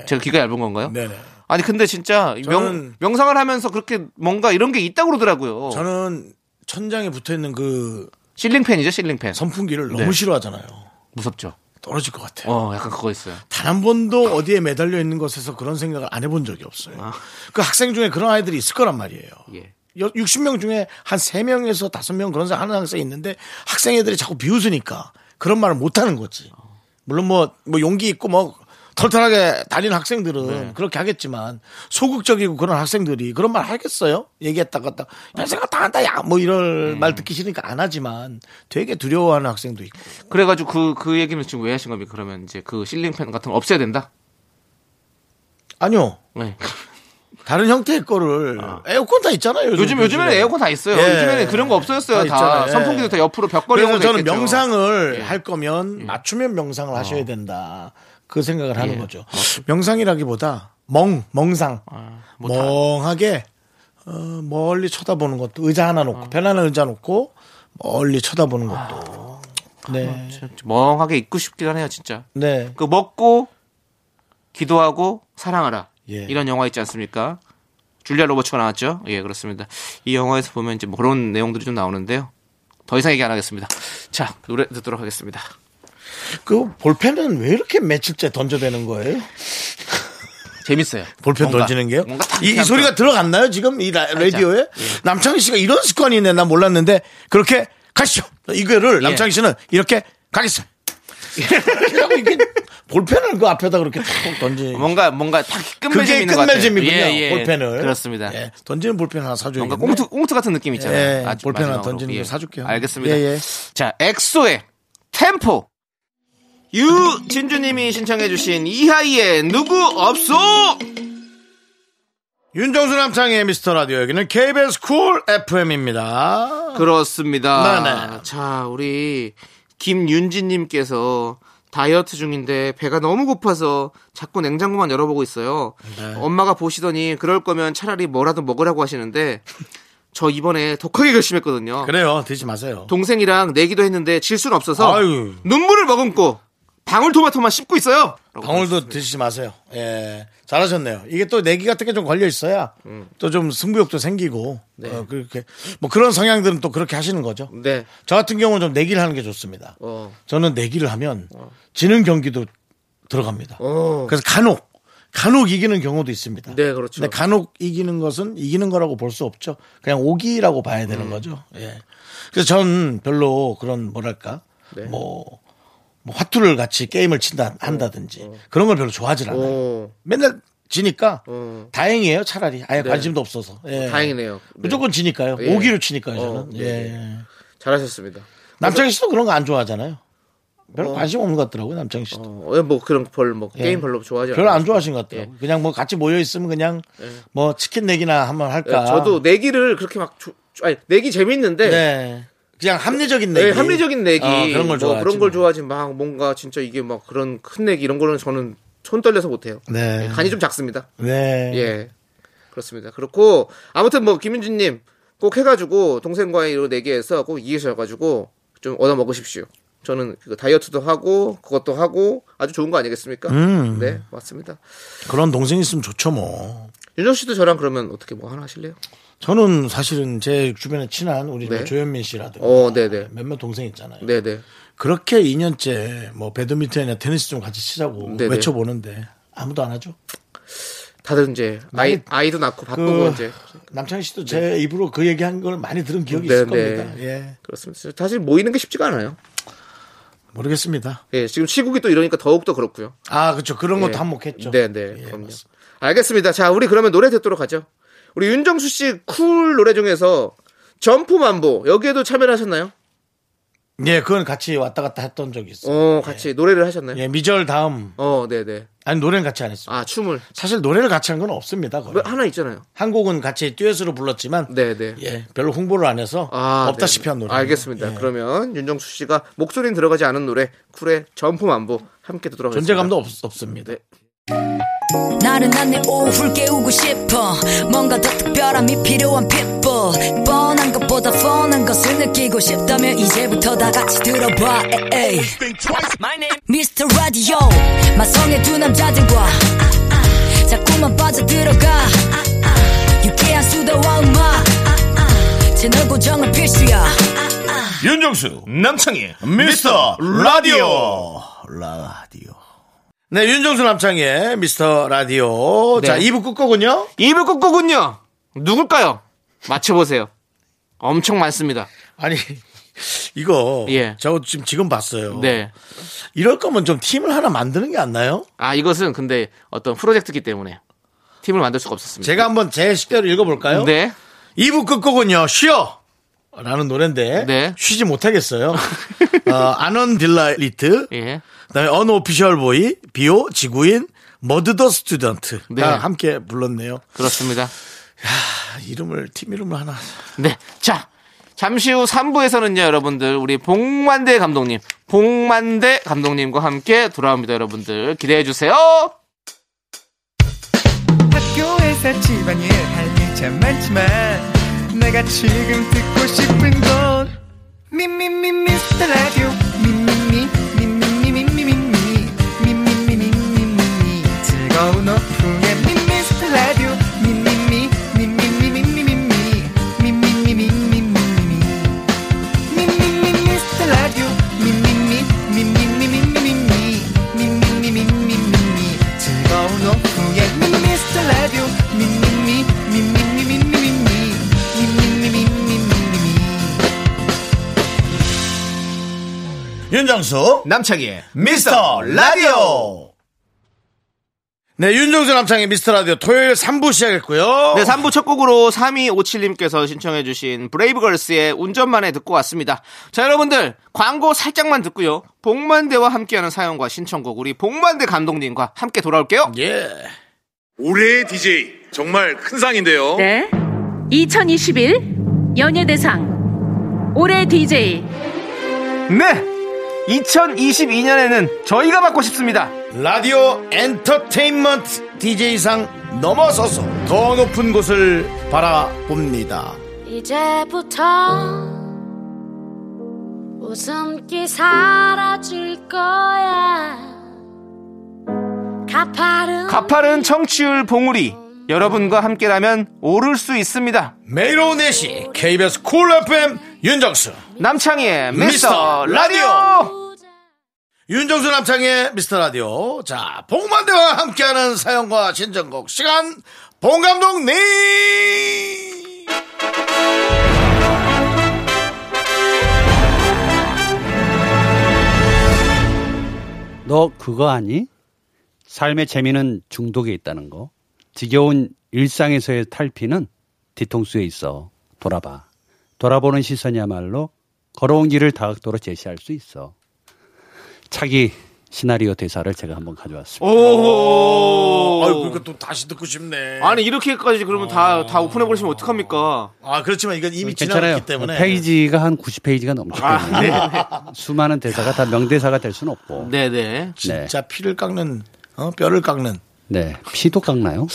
Speaker 1: 예.
Speaker 2: 제가 귀가 얇은 건가요?
Speaker 1: 네네.
Speaker 2: 아니 근데 진짜 이 명,
Speaker 1: 저는-
Speaker 2: 명상을 하면서 그렇게 뭔가 이런 게 있다고 그러더라고요.
Speaker 1: 저는 천장에 붙어 있는 그
Speaker 2: 실링팬이죠, 실링팬.
Speaker 1: 선풍기를
Speaker 2: 네.
Speaker 1: 너무 싫어하잖아요.
Speaker 2: 무섭죠.
Speaker 1: 떨어질 것 같아요.
Speaker 2: 어, 약간 그거 있어요.
Speaker 1: 단 한 번도 어디에 매달려 있는 것에서 그런 생각을 안 해본 적이 없어요.
Speaker 2: 아.
Speaker 1: 그 학생 중에 그런 아이들이 있을 거란 말이에요.
Speaker 2: 예.
Speaker 1: 60명 중에 한 3명에서 5명 그런 사람 하는 학생이 있는데 학생 애들이 자꾸 비웃으니까 그런 말을 못 하는 거지. 물론 뭐, 뭐 용기 있고 뭐 털털하게 다니는 학생들은
Speaker 2: 네.
Speaker 1: 그렇게 하겠지만 소극적이고 그런 학생들이 그런 말 하겠어요? 얘기했다가 딱, 야, 생각 다 한다, 야! 뭐
Speaker 2: 네.
Speaker 1: 이럴 말 듣기 싫으니까 안 하지만 되게 두려워하는 학생도 있고.
Speaker 2: 그래가지고 그, 그 얘기는 지금 왜 하신 겁니까? 그러면 이제 그 실링팬 같은 거 없애야 된다?
Speaker 1: 아니요.
Speaker 2: 네.
Speaker 1: 다른 형태의 거를 에어컨 다 있잖아요. 요즘,
Speaker 2: 아. <laughs> 요즘, 요즘에는
Speaker 1: 교실에.
Speaker 2: 에어컨 다 있어요.
Speaker 1: 예.
Speaker 2: 요즘에는 그런 거 없어졌어요. 다.
Speaker 1: 있잖아요. 예.
Speaker 2: 선풍기도 다 옆으로 벽걸이로
Speaker 1: 그래서
Speaker 2: 돼
Speaker 1: 저는
Speaker 2: 있겠죠. 예. 어.
Speaker 1: 명상을 할 거면 맞춤형 명상을 하셔야 된다. 그 생각을 하는
Speaker 2: 예.
Speaker 1: 거죠. 명상이라기보다 멍, 멍상.
Speaker 2: 아, 뭐 다-
Speaker 1: 멍하게 어, 멀리 쳐다보는 것도 의자 하나 놓고
Speaker 2: 어.
Speaker 1: 편안한 의자 놓고 멀리 쳐다보는
Speaker 2: 아.
Speaker 1: 것도. 네.
Speaker 2: 멍하게 있고 싶긴 하네요, 진짜.
Speaker 1: 네.
Speaker 2: 그 먹고 기도하고 사랑하라
Speaker 1: 예.
Speaker 2: 이런 영화 있지 않습니까? 줄리아 로버츠가 나왔죠. 예, 그렇습니다. 이 영화에서 보면 이제 뭐 그런 내용들이 좀 나오는데요. 더 이상 얘기 안 하겠습니다. 자, 노래 듣도록 하겠습니다.
Speaker 1: 그 볼펜은 왜 이렇게 며칠째 던져대는 거예요?
Speaker 2: 재밌어요.
Speaker 1: 볼펜
Speaker 2: 뭔가,
Speaker 1: 던지는 게요?
Speaker 2: 뭔가 탁
Speaker 1: 이, 이
Speaker 2: 하면서. 예.
Speaker 1: 소리가 들어갔나요? 지금 이 라- 라디오에? 남창희 씨가 이런 습관이 있네. 난 몰랐는데 그렇게 가시죠.
Speaker 2: 예.
Speaker 1: 이거를 남창희 씨는 이렇게 가겠어요. 이렇게 하고 이게 <laughs> 볼펜을 그 앞에다 그렇게 툭 던지.
Speaker 2: 뭔가 뭔가 탁 끝맺음
Speaker 1: 그게
Speaker 2: 있는 것 같아요.
Speaker 1: 끝맺음이군요.
Speaker 2: 예, 예.
Speaker 1: 볼펜을.
Speaker 2: 그렇습니다.
Speaker 1: 예, 던지는 볼펜 하나 사줘야
Speaker 2: 뭔가 꽁트 꽁트 같은 느낌 있잖아요.
Speaker 1: 예,
Speaker 2: 아주
Speaker 1: 볼펜 하나
Speaker 2: 마지막으로.
Speaker 1: 던지는 거 사줄게요.
Speaker 2: 알겠습니다.
Speaker 1: 예, 예.
Speaker 2: 자, 엑소의 템포. 유진주님이 신청해주신 이하이의 누구 없소.
Speaker 1: 윤정수 남창희의 미스터 라디오 여기는 KBS 쿨 FM입니다.
Speaker 2: 그 그렇습니다.
Speaker 1: 네네.
Speaker 2: 자, 우리 김윤진님께서 다이어트 중인데 배가 너무 고파서 자꾸 냉장고만 열어보고 있어요.
Speaker 1: 네.
Speaker 2: 엄마가 보시더니 그럴 거면 차라리 뭐라도 먹으라고 하시는데 저 이번에 독하게 결심했거든요.
Speaker 1: 그래요. 드지 마세요.
Speaker 2: 동생이랑 내기도 했는데 질 수는 없어서
Speaker 1: 아유.
Speaker 2: 눈물을 머금고 방울토마토만 씹고 있어요. 라고
Speaker 1: 방울도 드시지 마세요. 예. 잘하셨네요. 이게 또 내기 같은 게 좀 걸려 있어야 또 좀 승부욕도 생기고 어, 그렇게 뭐 그런 성향들은 또 그렇게 하시는 거죠.
Speaker 2: 네.
Speaker 1: 저 같은 경우는 좀 내기를 하는 게 좋습니다.
Speaker 2: 어.
Speaker 1: 저는 내기를 하면 지는 경기도 들어갑니다.
Speaker 2: 어.
Speaker 1: 그래서 간혹 간혹 이기는 경우도 있습니다.
Speaker 2: 네, 그렇죠.
Speaker 1: 근데 간혹 이기는 것은 이기는 거라고 볼 수 없죠. 그냥 오기라고 봐야 되는
Speaker 2: 음.
Speaker 1: 거죠. 예. 그래서 전 별로 그런 뭐랄까
Speaker 2: 네.
Speaker 1: 뭐, 뭐 화투를 같이 게임을 친다 한다든지 그런 걸 별로 좋아하지 않아요.
Speaker 2: 어.
Speaker 1: 맨날 지니까
Speaker 2: 어. 네.
Speaker 1: 다행이에요. 차라리 아예 관심도 없어서. 예.
Speaker 2: 다행이네요. 네.
Speaker 1: 무조건 지니까요.
Speaker 2: 예.
Speaker 1: 오기로 치니까요. 저는.
Speaker 2: 어, 네,
Speaker 1: 예.
Speaker 2: 잘하셨습니다.
Speaker 1: 남창희 씨도 그런 거 안 좋아하잖아요. 별로 관심 없는 것 같더라고요. 남창희 씨도.
Speaker 2: 어, 뭐 그런 별로 뭐
Speaker 1: 예.
Speaker 2: 게임 별로 좋아하지
Speaker 1: 별로 안
Speaker 2: 않아요.
Speaker 1: 좋아하신 것
Speaker 2: 예.
Speaker 1: 같아요. 그냥 뭐 같이 모여 있으면 그냥 뭐 치킨 내기나 한번
Speaker 2: 예,
Speaker 1: 할까.
Speaker 2: 저도 내기를 그렇게 막 조- 조- 아니, 내기 재밌는데
Speaker 1: 네. 그냥 합리적인
Speaker 2: 네,
Speaker 1: 내기.
Speaker 2: 합리적인 내기
Speaker 1: 어, 그런 걸
Speaker 2: 뭐
Speaker 1: 좋아하지.
Speaker 2: 그런
Speaker 1: 뭐.
Speaker 2: 걸 좋아하지 막 뭔가 진짜 이게 막 그런 큰 내기 이런 거는 저는 손 떨려서 못 해요. 예,
Speaker 1: 네.
Speaker 2: 간이 좀 작습니다.
Speaker 1: 네.
Speaker 2: 예. 그렇습니다. 그렇고 아무튼 뭐 김윤진 님꼭 해 가지고 동생과의 이런 내기에서 꼭 이기셔 가지고 좀 얻어 먹으십시오. 저는 그 다이어트도 하고 그것도 하고 아주 좋은 거 아니겠습니까?
Speaker 1: 음.
Speaker 2: 네, 맞습니다.
Speaker 1: 그런 동생 있으면 좋죠, 뭐.
Speaker 2: 윤정 씨도 저랑 그러면 어떻게 뭐 하나 하실래요?
Speaker 1: 저는 사실은 제 주변에 친한 우리
Speaker 2: 네.
Speaker 1: 조현민 씨라든가
Speaker 2: 어, 네, 네.
Speaker 1: 몇몇 동생 있잖아요.
Speaker 2: 네, 네.
Speaker 1: 그렇게 2년째 뭐 배드민턴이나 테니스 좀 같이 치자고
Speaker 2: 네네.
Speaker 1: 외쳐보는데 아무도 안 하죠.
Speaker 2: 다들 이제 아이
Speaker 1: 많이-
Speaker 2: 아이도 낳고 바쁘고
Speaker 1: 그
Speaker 2: 이제
Speaker 1: 남창희 씨도 제 입으로 그 얘기한 걸 많이 들은 기억이
Speaker 2: 네,
Speaker 1: 있을
Speaker 2: 네.
Speaker 1: 겁니다. 예.
Speaker 2: 그렇습니다. 사실 모이는 게 쉽지가 않아요.
Speaker 1: 모르겠습니다.
Speaker 2: 예, 지금 시국이 또 이러니까 더욱 더 그렇고요.
Speaker 1: 아, 그렇죠. 그런 것도
Speaker 2: 예.
Speaker 1: 한몫했죠.
Speaker 2: 네, 네.
Speaker 1: 예,
Speaker 2: 그럼요.
Speaker 1: 맞습니다.
Speaker 2: 알겠습니다. 자, 우리 그러면 노래 듣도록 하죠. 우리 윤정수 씨 쿨 노래 중에서 점프 만보 여기에도 참여를 하셨나요?
Speaker 1: 예, 그건 같이 왔다 갔다 했던 적이 있어요.
Speaker 2: 어, 같이 노래를 하셨나요?
Speaker 1: 예, 미절 다음.
Speaker 2: 어, 네, 네.
Speaker 1: 아니, 노래는 같이 안 했어요.
Speaker 2: 아, 춤을
Speaker 1: 사실 노래를 같이 한 건 없습니다. 거의.
Speaker 2: 왜 하나 있잖아요.
Speaker 1: 한 곡은 같이 듀엣으로 불렀지만
Speaker 2: 뭐, 네, 네.
Speaker 1: 예, 별로 홍보를 안 해서
Speaker 2: 아,
Speaker 1: 없다시피 예,
Speaker 2: 네.
Speaker 1: 한 노래.
Speaker 2: 알겠습니다. 그러면 윤정수 씨가 목소리는 들어가지 않은 노래 쿨의 점프 만보 함께 듣도록 하겠습니다.
Speaker 1: 존재감도 없, 없습니다.
Speaker 2: 네.
Speaker 4: 나른한 내 오후를 깨우고 싶어 뭔가 더 특별함이 필요한 people 뻔한 것보다 뻔한 것을 느끼고 싶다면 이제부터 다 같이 들어봐 에이. Mr. Radio 마성의 두 남자들과 자꾸만 빠져들어가 아, 아. 유쾌한 수다와 음악 아, 아. 채널 고정은 필수야
Speaker 5: 윤정수 남창희 미스터 라디오 라디오
Speaker 1: 네, 윤정수 남창의 미스터 라디오.
Speaker 2: 네.
Speaker 1: 자, 2부 끝거군요.
Speaker 2: 2부 끝곡은요. 누굴까요? 맞춰보세요. 엄청 많습니다.
Speaker 1: 아니, <laughs> 이거.
Speaker 2: 예.
Speaker 1: 저 지금, 지금 봤어요.
Speaker 2: 네.
Speaker 1: 이럴 거면 좀 팀을 하나 만드는 게 안 나요?
Speaker 2: 아, 이것은 근데 어떤 프로젝트이기 때문에 팀을 만들 수가 없었습니다.
Speaker 1: 제가 한번 제 식대로 읽어볼까요?
Speaker 2: 네.
Speaker 1: 2부 끝곡은요, 쉬어! 라는 노래인데.
Speaker 2: 네.
Speaker 1: 쉬지
Speaker 5: <laughs>
Speaker 1: 못하겠어요. 어, 아넌 딜라리트.
Speaker 2: 예.
Speaker 1: 그다음에 언오피셜 보이, 비오, 지구인, 머드더 스튜던트.
Speaker 2: 네.
Speaker 1: 다 함께 불렀네요.
Speaker 2: 그렇습니다.
Speaker 1: 아, 이름을, 팀 이름을 하나.
Speaker 2: 네. 자, 잠시 후 3부에서는요, 여러분들, 우리 봉만대 감독님, 봉만대 감독님과 함께 돌아옵니다, 여러분들. 기대해주세요!
Speaker 6: 학교에서 집안일 할 일 참 많지만 내가 지금 듣고 싶은 건 미미미 미스터 라디오 미미미 미미미 미미미 미미미 미미미 즐거운 오후에 미스터 라디오 미미미 미미미 미미미 미미미 미미미
Speaker 5: 윤정수 남창희 미스터 라디오
Speaker 1: 네, 윤종수 남창의 미스터 라디오 토요일 3부 시작했고요.
Speaker 2: 네, 3부 첫 곡으로 3257님께서 신청해주신 브레이브걸스의 운전만에 듣고 왔습니다. 자, 여러분들, 광고 살짝만 듣고요. 복만대와 함께하는 사연과 신청곡, 우리 복만대 감독님과 함께 돌아올게요.
Speaker 1: 예.
Speaker 7: 올해의 DJ 정말 큰 상인데요.
Speaker 8: 네. 2021 연예대상 올해 DJ
Speaker 2: 네! 2022년에는 저희가 받고 싶습니다.
Speaker 1: 라디오 엔터테인먼트 DJ상 넘어서서 더 높은 곳을 바라봅니다.
Speaker 3: 이제부터 웃음기 사라질 거야 가파른
Speaker 2: 가파른 청취율 봉우리. 여러분과 함께라면 오를 수 있습니다.
Speaker 1: 매일 오후 4시 KBS 쿨 FM 윤정수.
Speaker 2: 남창희의
Speaker 1: 미스터
Speaker 2: 미스터 라디오!
Speaker 1: 윤정수 남창의 미스터 라디오. 자, 봉만대와 함께하는 사연과 신청곡 시간 봉감독님. 네.
Speaker 9: 너 그거 아니? 삶의 재미는 중독에 있다는 거. 지겨운 일상에서의 탈피는 뒤통수에 있어. 돌아봐. 돌아보는 시선이야말로 걸어온 길을 다각도로 제시할 수 있어. 차기 시나리오 대사를 제가 한번 가져왔습니다.
Speaker 2: 오.
Speaker 1: 아유, 그러니까 또 다시 듣고 싶네.
Speaker 2: 아니, 이렇게까지 그러면 다, 다 오픈해버리시면 어떡합니까?
Speaker 1: 아, 그렇지만 이건 이미
Speaker 9: 괜찮아요.
Speaker 1: 지나갔기 때문에. 아, 네.
Speaker 9: 페이지가 한 90페이지가 넘기 때문에 수많은 대사가 다 명대사가 될 수는 없고.
Speaker 2: 네네.
Speaker 9: 네.
Speaker 1: 진짜 피를 깎는, 어, 뼈를 깎는.
Speaker 9: 네. 피도 깎나요?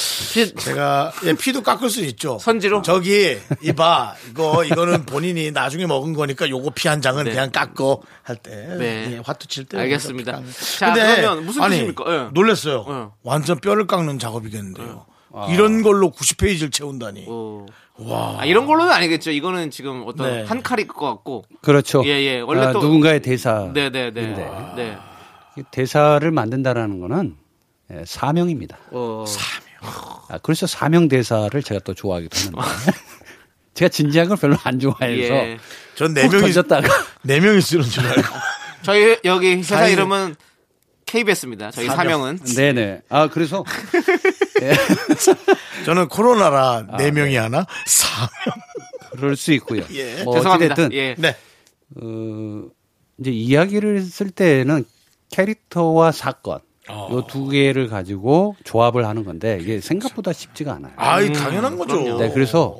Speaker 1: 제가 예, 피도 깎을 수 있죠.
Speaker 2: 선지로?
Speaker 1: 저기 이봐 이거 이거는 본인이 나중에 먹은 거니까 요거 피 한 장은 그냥 깎고 할 때
Speaker 2: 네.
Speaker 1: 예, 화투 칠 때.
Speaker 2: 알겠습니다.
Speaker 1: 깎는.
Speaker 2: 자,
Speaker 1: 근데
Speaker 2: 그러면 무슨
Speaker 1: 아니,
Speaker 2: 뜻입니까? 예.
Speaker 1: 놀랐어요.
Speaker 2: 예.
Speaker 1: 완전 뼈를 깎는 작업이겠는데요.
Speaker 9: 아.
Speaker 1: 이런 걸로 90페이지를 채운다니.
Speaker 2: 오.
Speaker 1: 와.
Speaker 2: 아, 이런 걸로는 아니겠죠. 이거는 지금 어떤
Speaker 1: 네.
Speaker 2: 한 칼일 것 같고.
Speaker 9: 그렇죠.
Speaker 2: 예, 예. 원래
Speaker 9: 아,
Speaker 2: 또-
Speaker 9: 누군가의 대사.
Speaker 2: 네네네. 네.
Speaker 9: 근데. 이 대사를 만든다라는 거는 예, 사명입니다.
Speaker 2: 어.
Speaker 9: 아, 그래서 사명 대사를 제가 또 좋아하기도 하는데 <laughs> 제가 진지한 걸 별로 안 좋아해서
Speaker 2: 예.
Speaker 1: 전 네
Speaker 9: 훅
Speaker 1: 명이
Speaker 2: <laughs>
Speaker 9: 던졌다가 <laughs>
Speaker 1: 네 명이 쓰는 줄 알고.
Speaker 2: 저희 여기 회사
Speaker 1: 사실-
Speaker 2: 이름은 KBS입니다. 저희 사명은.
Speaker 9: 네네 아 그래서
Speaker 1: 저는 코로나라
Speaker 9: 아,
Speaker 1: 네 명이 하나 사
Speaker 9: 그럴 수 있고요. 뭐
Speaker 2: 죄송합니다.
Speaker 9: 어찌됐든
Speaker 2: 예.
Speaker 1: 네.
Speaker 9: 어, 이제 이야기를 쓸 때는 캐릭터와 사건 요 두 개를 가지고 조합을 하는 건데 이게 생각보다 쉽지가 않아요.
Speaker 2: 음,
Speaker 1: 아이 당연한 거죠.
Speaker 9: 네, 그래서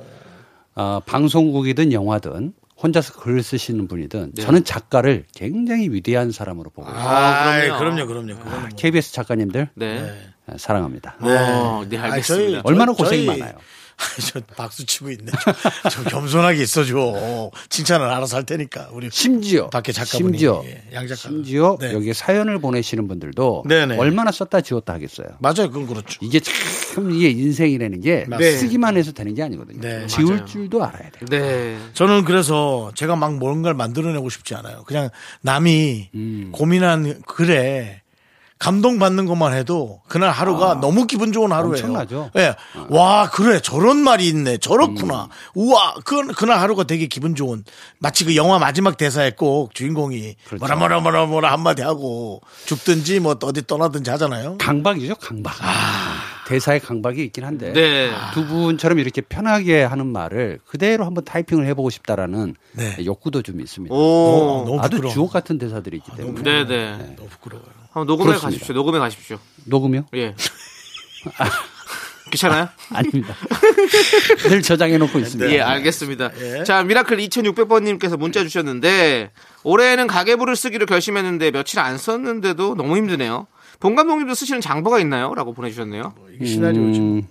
Speaker 9: 아, 방송국이든 영화든 혼자서 글을 쓰시는 분이든 저는 작가를 굉장히 위대한 사람으로 보고 있어요.
Speaker 1: 아,
Speaker 2: 그럼요. 아,
Speaker 1: 그럼요, 그럼요. 그거는 뭐.
Speaker 9: KBS 작가님들
Speaker 2: 네.
Speaker 9: 사랑합니다.
Speaker 2: 어, 네,
Speaker 1: 아니,
Speaker 2: 알겠습니다.
Speaker 9: 얼마나 고생이 많아요.
Speaker 1: <laughs> 아이, 저 박수 치고 있네. 저, 저 겸손하게 있어줘. 칭찬을 알아서 할 테니까. 우리
Speaker 9: 심지어
Speaker 1: 밖에 작가분이
Speaker 9: 심지어
Speaker 1: 예, 양 작가.
Speaker 9: 심지어 여기에 사연을 보내시는 분들도
Speaker 1: 네네.
Speaker 9: 얼마나 썼다 지웠다 하겠어요.
Speaker 1: 맞아요, 그건 그렇죠.
Speaker 9: 이게 참 이게 인생이라는 게
Speaker 1: 맞습니다.
Speaker 9: 쓰기만 해서 되는 게 아니거든요.
Speaker 1: 네.
Speaker 9: 지울
Speaker 1: 맞아요.
Speaker 9: 줄도 알아야 돼.
Speaker 2: 네.
Speaker 1: 저는 그래서 제가 막 뭔가를 만들어내고 싶지 않아요. 그냥 남이
Speaker 9: 음.
Speaker 1: 고민한 글에 감동받는 것만 해도 그날 하루가 너무 기분 좋은 하루예요.
Speaker 9: 아, 엄청나죠. 아.
Speaker 1: 예. 와, 그래. 저런 말이 있네.
Speaker 9: 음.
Speaker 1: 저렇구나. 우와. 그, 그날 하루가 되게 기분 좋은. 마치 그 영화 마지막 대사에 꼭 주인공이
Speaker 9: 그렇죠.
Speaker 1: 뭐라 뭐라 뭐라 뭐라 한마디 하고 죽든지 뭐 어디 떠나든지 하잖아요.
Speaker 9: 강박이죠, 강박. 대사의 강박이 있긴 한데
Speaker 2: 아. 네.
Speaker 9: 두 분처럼 이렇게 편하게 하는 말을 그대로 한번 타이핑을 해보고 싶다라는 욕구도 좀 있습니다.
Speaker 2: 네. 오. 너무
Speaker 9: 어, 아주
Speaker 2: 부끄러워.
Speaker 9: 주옥 같은 대사들이 있기 때문에
Speaker 2: 네, 네.
Speaker 1: 너무 부끄러워요.
Speaker 2: 한번 녹음해
Speaker 9: 그렇습니다.
Speaker 2: 가십시오. 녹음해 가십시오.
Speaker 9: 녹음요?
Speaker 2: 예. 괜찮아요?
Speaker 9: <laughs> 아닙니다. 늘 저장해놓고 있습니다.
Speaker 1: 네.
Speaker 2: 예, 알겠습니다. 자, 미라클 2600번님께서 문자 주셨는데, 올해에는 가계부를 쓰기로 결심했는데, 며칠 안 썼는데도 너무 힘드네요. 본 감독님도 쓰시는 장부가 있나요? 라고 보내주셨네요.
Speaker 1: 뭐, 시나리오죠.
Speaker 9: 음,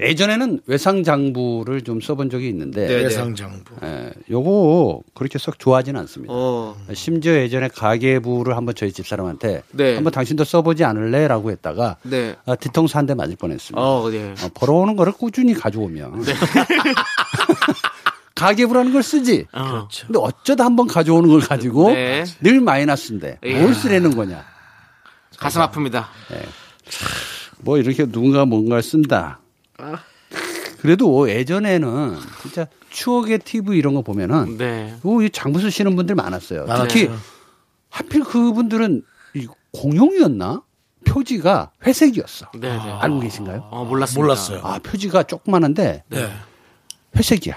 Speaker 9: 예전에는 외상 장부를 좀 써본 적이
Speaker 2: 네,
Speaker 9: 있는데
Speaker 2: 네.
Speaker 1: 외상장부.
Speaker 9: 예, 요거 그렇게 썩 좋아하진 않습니다.
Speaker 2: 어.
Speaker 9: 음. 심지어 예전에 가계부를 한번 저희 집사람한테
Speaker 2: 네.
Speaker 9: 한번 당신도 써보지 않을래라고 했다가
Speaker 2: 네.
Speaker 9: 아, 뒤통수 한 대 맞을 뻔했습니다.
Speaker 2: 어, 네.
Speaker 9: 어, 벌어오는 거를 꾸준히 가져오면 <laughs> 가계부라는 걸 쓰지.
Speaker 1: 그렇죠.
Speaker 9: 근데 어쩌다 한번 가져오는 걸 가지고
Speaker 2: 어. 네.
Speaker 9: 늘 마이너스인데
Speaker 2: 예.
Speaker 9: 뭘 쓰라는 거냐. 예.
Speaker 2: 가슴 아픕니다.
Speaker 9: 뭐 이렇게 누군가 뭔가를 쓴다.
Speaker 2: 아.
Speaker 9: 그래도 예전에는 진짜 추억의 TV 이런 거 보면은
Speaker 2: 네.
Speaker 9: 오, 그 이 장부 쓰시는 분들 많았어요. 특히
Speaker 2: 많았죠.
Speaker 9: 하필 그분들은 이 공용이었나? 표지가 회색이었어.
Speaker 2: 네, 네.
Speaker 9: 알고 계신가요?
Speaker 2: 어, 몰랐습니다.
Speaker 1: 몰랐어요.
Speaker 9: 아, 표지가 조그만한데
Speaker 1: 네. 아.
Speaker 9: 회색이야.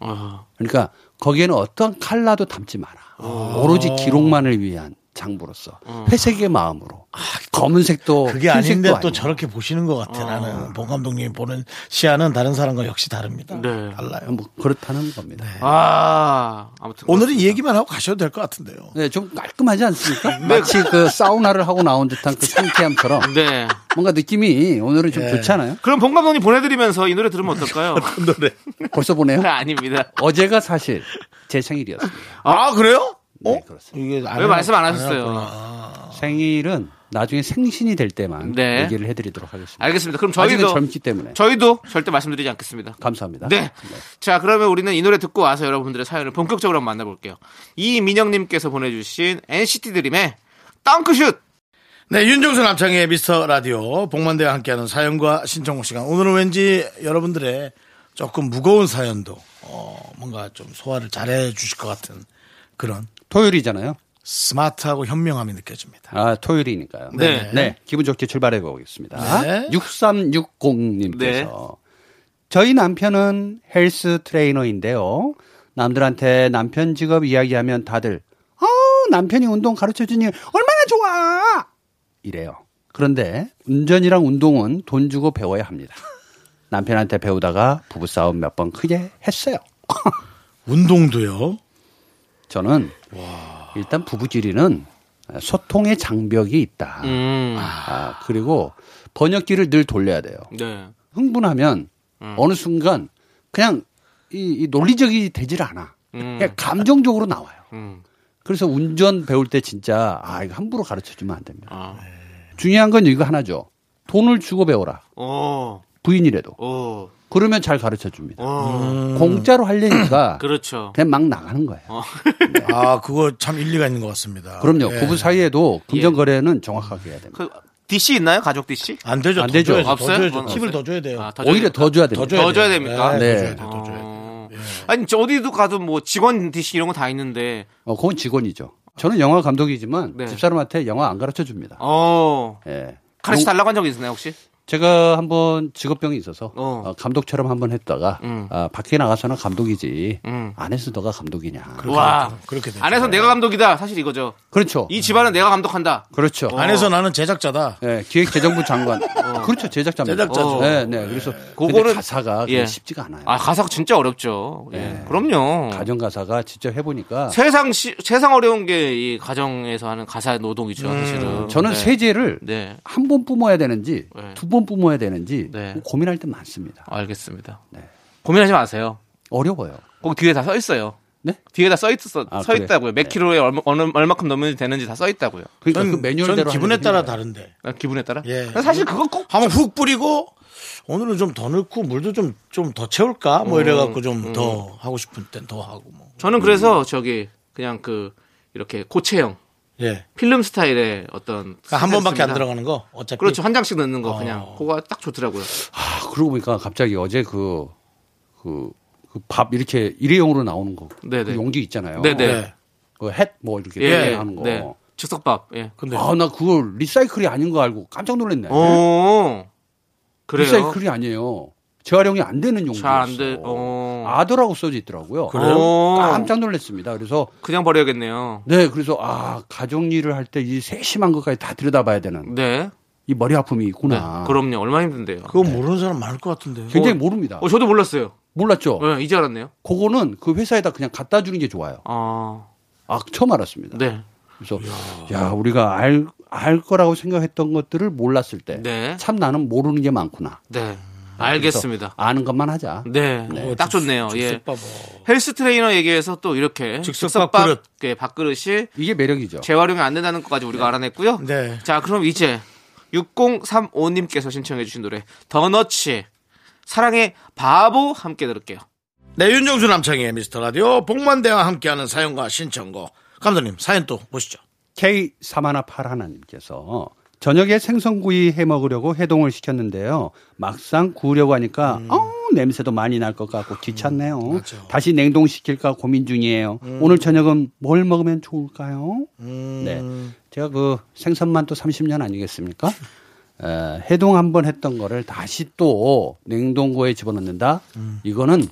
Speaker 2: 어.
Speaker 9: 그러니까 거기에는 어떤 칼라도 담지 마라. 오로지 기록만을 위한 장부로서 회색의 마음으로 검은색도
Speaker 1: 아. 그 그게
Speaker 9: 어, 흰색도
Speaker 1: 아닌데
Speaker 9: 아니고
Speaker 1: 또 저렇게 보시는 것 같아. 나는 봉 감독님이 보는 시야는 다른 사람과 역시 다릅니다.
Speaker 2: 네.
Speaker 1: 달라요.
Speaker 9: 뭐 그렇다는 겁니다.
Speaker 1: 네.
Speaker 2: 아, 아무튼.
Speaker 1: 오늘은 이 얘기만 하고 가셔도 될 것 같은데요.
Speaker 9: <laughs> 네, 좀 깔끔하지
Speaker 1: <laughs>
Speaker 9: 않습니까?
Speaker 1: 네.
Speaker 9: 마치 그 사우나를 하고 나온 듯한 그 상쾌함처럼
Speaker 2: 네.
Speaker 9: 뭔가 느낌이
Speaker 1: 네.
Speaker 9: 오늘은 좀 좋잖아요.
Speaker 2: 그럼 본 감독님 보내드리면서 이 노래
Speaker 1: <laughs>
Speaker 2: 들으면 어떨까요? 네,
Speaker 1: 노래.
Speaker 9: 벌써 <laughs> 보내요.
Speaker 2: 아닙니다.
Speaker 9: 어제가 사실 제 생일이었습니다.
Speaker 1: 아 그래요? 아,
Speaker 9: 네, 그렇습니다.
Speaker 1: 이게 안
Speaker 2: 왜 말씀 안
Speaker 1: 해놨-
Speaker 2: 하셨어요?
Speaker 1: 해놨구나.
Speaker 9: 생일은 나중에 생신이 될 때만
Speaker 2: 네.
Speaker 9: 얘기를 해드리도록 하겠습니다.
Speaker 2: 알겠습니다. 그럼
Speaker 9: 아직은
Speaker 2: 저희도,
Speaker 9: 젊기 때문에
Speaker 2: 저희도 절대 말씀드리지 않겠습니다.
Speaker 9: 감사합니다.
Speaker 2: 네. 자, 그러면 우리는 이 노래 듣고 와서 여러분들의 사연을 본격적으로 한번 만나볼게요. 이민영님께서 보내주신 NCT 드림의 덩크슛!
Speaker 1: 네, 윤종수 남창의 미스터 라디오 복만대와 함께하는 사연과 신청곡 시간. 오늘은 왠지 여러분들의 조금 무거운 사연도 어, 뭔가 좀 소화를 잘해 주실 것 같은 그런
Speaker 9: 토요일이잖아요.
Speaker 1: 스마트하고 현명함이 느껴집니다.
Speaker 9: 아, 토요일이니까요.
Speaker 2: 네.
Speaker 9: 기분 좋게 출발해 보겠습니다.
Speaker 1: 네.
Speaker 9: 6360님께서
Speaker 2: 네.
Speaker 9: 저희 남편은 헬스 트레이너인데요. 남들한테 남편 직업 이야기하면 다들 어, 남편이 운동 가르쳐 주니 얼마나 좋아! 이래요. 그런데 운전이랑 운동은 돈 주고 배워야 합니다. 남편한테 배우다가 부부싸움 몇 번 크게 했어요.
Speaker 1: 운동도요.
Speaker 9: 저는 일단 부부끼리는 소통의 장벽이 있다.
Speaker 2: 음.
Speaker 9: 아, 그리고 번역기를 늘 돌려야 돼요.
Speaker 2: 네.
Speaker 9: 흥분하면
Speaker 2: 음.
Speaker 9: 어느 순간 그냥 이, 이 논리적이 되질 않아.
Speaker 2: 음.
Speaker 9: 그냥 감정적으로 나와요.
Speaker 2: 음.
Speaker 9: 그래서 운전 배울 때 진짜 아 이거 함부로 가르쳐 주면 안 됩니다.
Speaker 2: 아.
Speaker 9: 중요한 건 이거 하나죠. 돈을 주고 배워라.
Speaker 2: 오,
Speaker 9: 부인이라도.
Speaker 2: 오,
Speaker 9: 그러면 잘 가르쳐 줍니다.
Speaker 2: 오.
Speaker 9: 공짜로
Speaker 2: <coughs>
Speaker 9: 하려니까
Speaker 2: 그렇죠.
Speaker 9: 그냥 막 나가는 거예요.
Speaker 1: 아, 그거 참 일리가 있는 것 같습니다.
Speaker 9: 아, 그럼요.
Speaker 1: 예.
Speaker 9: 부부 사이에도 금전 거래는 정확하게 해야 됩니다.
Speaker 2: 그, DC 있나요? 가족 DC?
Speaker 1: 안 되죠.
Speaker 9: 안
Speaker 1: 더
Speaker 9: 되죠.
Speaker 1: 줘야죠.
Speaker 2: 없어요?
Speaker 1: 더 줘야죠.
Speaker 2: 그건
Speaker 1: 팁을
Speaker 2: 없어요?
Speaker 1: 더 줘야 돼요.
Speaker 2: 아,
Speaker 9: 오히려 더 줘야 됩니다.
Speaker 1: 더 줘야,
Speaker 2: 더 줘야
Speaker 1: 돼요.
Speaker 2: 됩니까?
Speaker 1: 네, 더 줘야
Speaker 9: 네.
Speaker 1: 돼요. 더 줘야 돼요.
Speaker 2: 어. 아니, 저 어디도 가도 뭐 직원 DC 이런 거 다 있는데,
Speaker 9: 어, 그건 직원이죠. 저는 영화 감독이지만
Speaker 2: 네.
Speaker 9: 집사람한테 영화 안 가르쳐 줍니다.
Speaker 2: 어,
Speaker 9: 예.
Speaker 2: 가르치 달라고 한 적 있나요, 혹시?
Speaker 9: 제가 한번 직업병이 있어서
Speaker 2: 어.
Speaker 9: 어, 감독처럼 한번 했다가
Speaker 2: 음.
Speaker 9: 아, 밖에 나가서는 감독이지
Speaker 2: 음.
Speaker 9: 안에서 너가 감감독이냐.
Speaker 2: 와,
Speaker 1: 그렇게
Speaker 9: 네.
Speaker 1: 되죠.
Speaker 2: 안에서 내가 감독이다. 사실 이거죠.
Speaker 9: 그렇죠.
Speaker 2: 이 집안은 내가 감독한다.
Speaker 9: 그렇죠.
Speaker 1: 어. 안에서 나는 제작자다.
Speaker 9: 예, 기획재정부 장관. 그렇죠. 제작자입니다.
Speaker 1: 제작자죠.
Speaker 9: 네, 네. 그래서
Speaker 2: 그거는-
Speaker 9: 근데 가사가 그게
Speaker 2: 예.
Speaker 9: 쉽지가 않아요.
Speaker 2: 아, 가사가 진짜 어렵죠. 예. 그럼요.
Speaker 9: 네. 가정 가사가 직접 해 보니까
Speaker 2: 세상 시, 세상 어려운 게 이 가정에서 하는 가사 노동이죠, 사실은.
Speaker 9: 음. 저는
Speaker 2: 네.
Speaker 9: 세제를
Speaker 2: 네.
Speaker 9: 한 번 뿜어야 되는지
Speaker 2: 네.
Speaker 9: 두 번 뿜어야 되는지 고민할 때 많습니다.
Speaker 2: 알겠습니다.
Speaker 9: 네.
Speaker 2: 고민하지 마세요.
Speaker 9: 어려워요.
Speaker 2: 거기 뒤에 다 써 있어요.
Speaker 9: 네?
Speaker 2: 뒤에 다 써 있어
Speaker 9: 아,
Speaker 2: 써
Speaker 9: 그래요?
Speaker 2: 있다고요. 몇 킬로에 얼마, 어느 얼마큼 넘는지 되는지 다 써 있다고요.
Speaker 9: 그러니까 전- 그 매뉴얼대로 전 기분에 하는 게 따라 힘들어요.
Speaker 1: 다른데.
Speaker 2: 기분에 따라?
Speaker 1: 예.
Speaker 2: 사실 그거 꼭
Speaker 1: 한번 훅 뿌리고 오늘은 좀 더 넣고 물도 좀 좀 더 채울까 뭐
Speaker 2: 음,
Speaker 1: 이래갖고 좀
Speaker 2: 음.
Speaker 1: 더 하고 싶은 땐 더 하고 뭐.
Speaker 2: 저는 그래서
Speaker 9: 음.
Speaker 2: 저기 그냥 그 이렇게 고체형
Speaker 1: 예.
Speaker 2: 필름 스타일의 어떤
Speaker 1: 그러니까 한 번밖에 안
Speaker 2: 스탠스입니다.
Speaker 1: 들어가는 거 어차피
Speaker 2: 그렇죠 한 장씩 넣는 거 그냥 그거 딱 좋더라고요.
Speaker 9: 아, 그러고 보니까 갑자기 어제 그, 그, 그 밥 이렇게 일회용으로 나오는 거.
Speaker 2: 네네.
Speaker 9: 그 용기 있잖아요.
Speaker 2: 네네.
Speaker 1: 예.
Speaker 2: 네.
Speaker 9: 그햇뭐 이렇게
Speaker 2: 예,
Speaker 9: 하는 거.
Speaker 2: 네. 즉석밥. 예. 근데
Speaker 9: 아, 나 그거 리사이클이 아닌 거 알고 깜짝 놀랐네.
Speaker 2: 어. 그래요?
Speaker 9: 리사이클이 아니에요. 재활용이 안 되는 용기였어.
Speaker 2: 잘 안 돼. 어.
Speaker 9: 아더라고 써져 있더라고요.
Speaker 2: 그래요?
Speaker 9: 어, 깜짝 놀랐습니다. 그래서
Speaker 2: 그냥 버려야겠네요.
Speaker 9: 네, 그래서 아 가정 일을 할 때 이 세심한 것까지 다 들여다봐야 되는
Speaker 2: 네.
Speaker 9: 이 머리 아픔이 있구나.
Speaker 2: 그럼요. 얼마나 힘든데요.
Speaker 1: 그거 모르는 사람 많을 것 같은데요.
Speaker 9: 굉장히 모릅니다.
Speaker 2: 어, 저도 몰랐어요.
Speaker 9: 몰랐죠.
Speaker 2: 예, 이제 알았네요.
Speaker 9: 그거는 그 회사에다 그냥 갖다 주는 게 좋아요.
Speaker 2: 아,
Speaker 9: 처음 알았습니다.
Speaker 2: 네.
Speaker 9: 그래서 야 우리가 알, 알 거라고 생각했던 것들을 몰랐을 때 참
Speaker 2: 네.
Speaker 9: 나는 모르는 게 많구나.
Speaker 2: 네. 알겠습니다.
Speaker 9: 그래서 아는 것만 하자.
Speaker 2: 네.
Speaker 1: 어,
Speaker 9: 네.
Speaker 2: 딱 좋네요. 예. 헬스 트레이너 얘기에서 또 이렇게 즉석밥, 예, 밥그릇이
Speaker 9: 이게 매력이죠.
Speaker 2: 재활용이 안 된다는 것까지 우리가 알아냈고요.
Speaker 1: 네.
Speaker 2: 자, 그럼 이제 6035님께서 신청해주신 노래 더너츠 사랑의 바보 함께 들을게요.
Speaker 1: 네, 윤정수 남창희의 미스터 라디오 복만대와 함께하는 사연과 신청곡. 감독님, 사연 또 보시죠.
Speaker 9: K 사마나 파라나님께서 저녁에 생선구이 해 먹으려고 해동을 시켰는데요. 막상 구우려고 하니까
Speaker 1: 음.
Speaker 9: 어 냄새도 많이 날 것 같고 귀찮네요. 다시 냉동시킬까 고민 중이에요.
Speaker 10: 음.
Speaker 9: 오늘 저녁은 뭘 먹으면 좋을까요?
Speaker 1: 음.
Speaker 9: 네, 제가 그 생선만 또 30년 아니겠습니까? 에, 해동 한번 했던 거를 다시 또 냉동고에 집어넣는다.
Speaker 1: 음.
Speaker 9: 이거는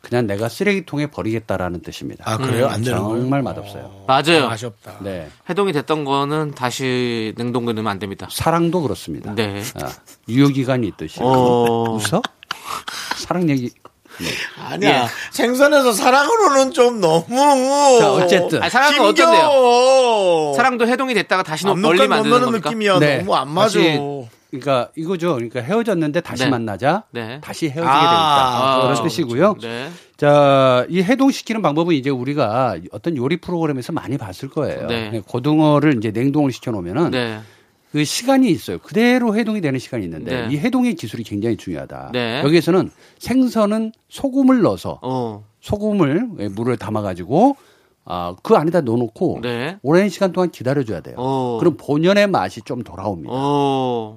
Speaker 9: 그냥 내가 쓰레기통에 버리겠다라는 뜻입니다.
Speaker 1: 아, 그래요? 안 되는 거예요?
Speaker 9: 정말 맛없어요.
Speaker 2: 맞아요.
Speaker 1: 아쉽다.
Speaker 9: 네.
Speaker 2: 해동이 됐던 거는 다시 냉동고에 넣으면 안 됩니다.
Speaker 9: 사랑도 그렇습니다. 아,
Speaker 2: 네.
Speaker 9: 유효기간이 있듯이.
Speaker 2: 어.
Speaker 9: 웃어? 사랑 얘기. 네.
Speaker 1: 아니야.
Speaker 9: 예.
Speaker 1: 생선에서 사랑으로는 좀 너무.
Speaker 9: 자, 어쨌든.
Speaker 2: 아니, 사랑은
Speaker 1: 힘겨워.
Speaker 2: 어떤데요? 사랑도 해동이 됐다가 다시
Speaker 1: 압록강
Speaker 2: 멀리 만드는
Speaker 1: 건너는
Speaker 2: 겁니까? 네.
Speaker 1: 느낌이야. 너무 안 맞아.
Speaker 9: 네, 다시, 그러니까 이거죠. 그러니까 헤어졌는데 다시
Speaker 2: 네.
Speaker 9: 만나자.
Speaker 2: 네.
Speaker 9: 다시 헤어지게
Speaker 2: 아,
Speaker 9: 되겠다.
Speaker 2: 그렇죠,
Speaker 9: 그런 뜻이고요.
Speaker 2: 네.
Speaker 9: 자, 이 해동시키는 방법은 이제 우리가 어떤 요리 프로그램에서 많이 봤을 거예요.
Speaker 2: 네.
Speaker 9: 고등어를 이제 냉동을 시켜놓으면은
Speaker 2: 네.
Speaker 9: 그 시간이 있어요. 그대로 해동이 되는 시간이 있는데
Speaker 2: 네.
Speaker 9: 이 해동의 기술이 굉장히 중요하다.
Speaker 2: 네.
Speaker 9: 여기에서는 생선은 소금을 넣어서
Speaker 2: 어.
Speaker 9: 소금을 예, 물에 담아가지고 아, 그 안에다 넣어놓고
Speaker 2: 네.
Speaker 9: 오랜 시간 동안 기다려줘야 돼요.
Speaker 2: 어.
Speaker 9: 그럼 본연의 맛이 좀 돌아옵니다.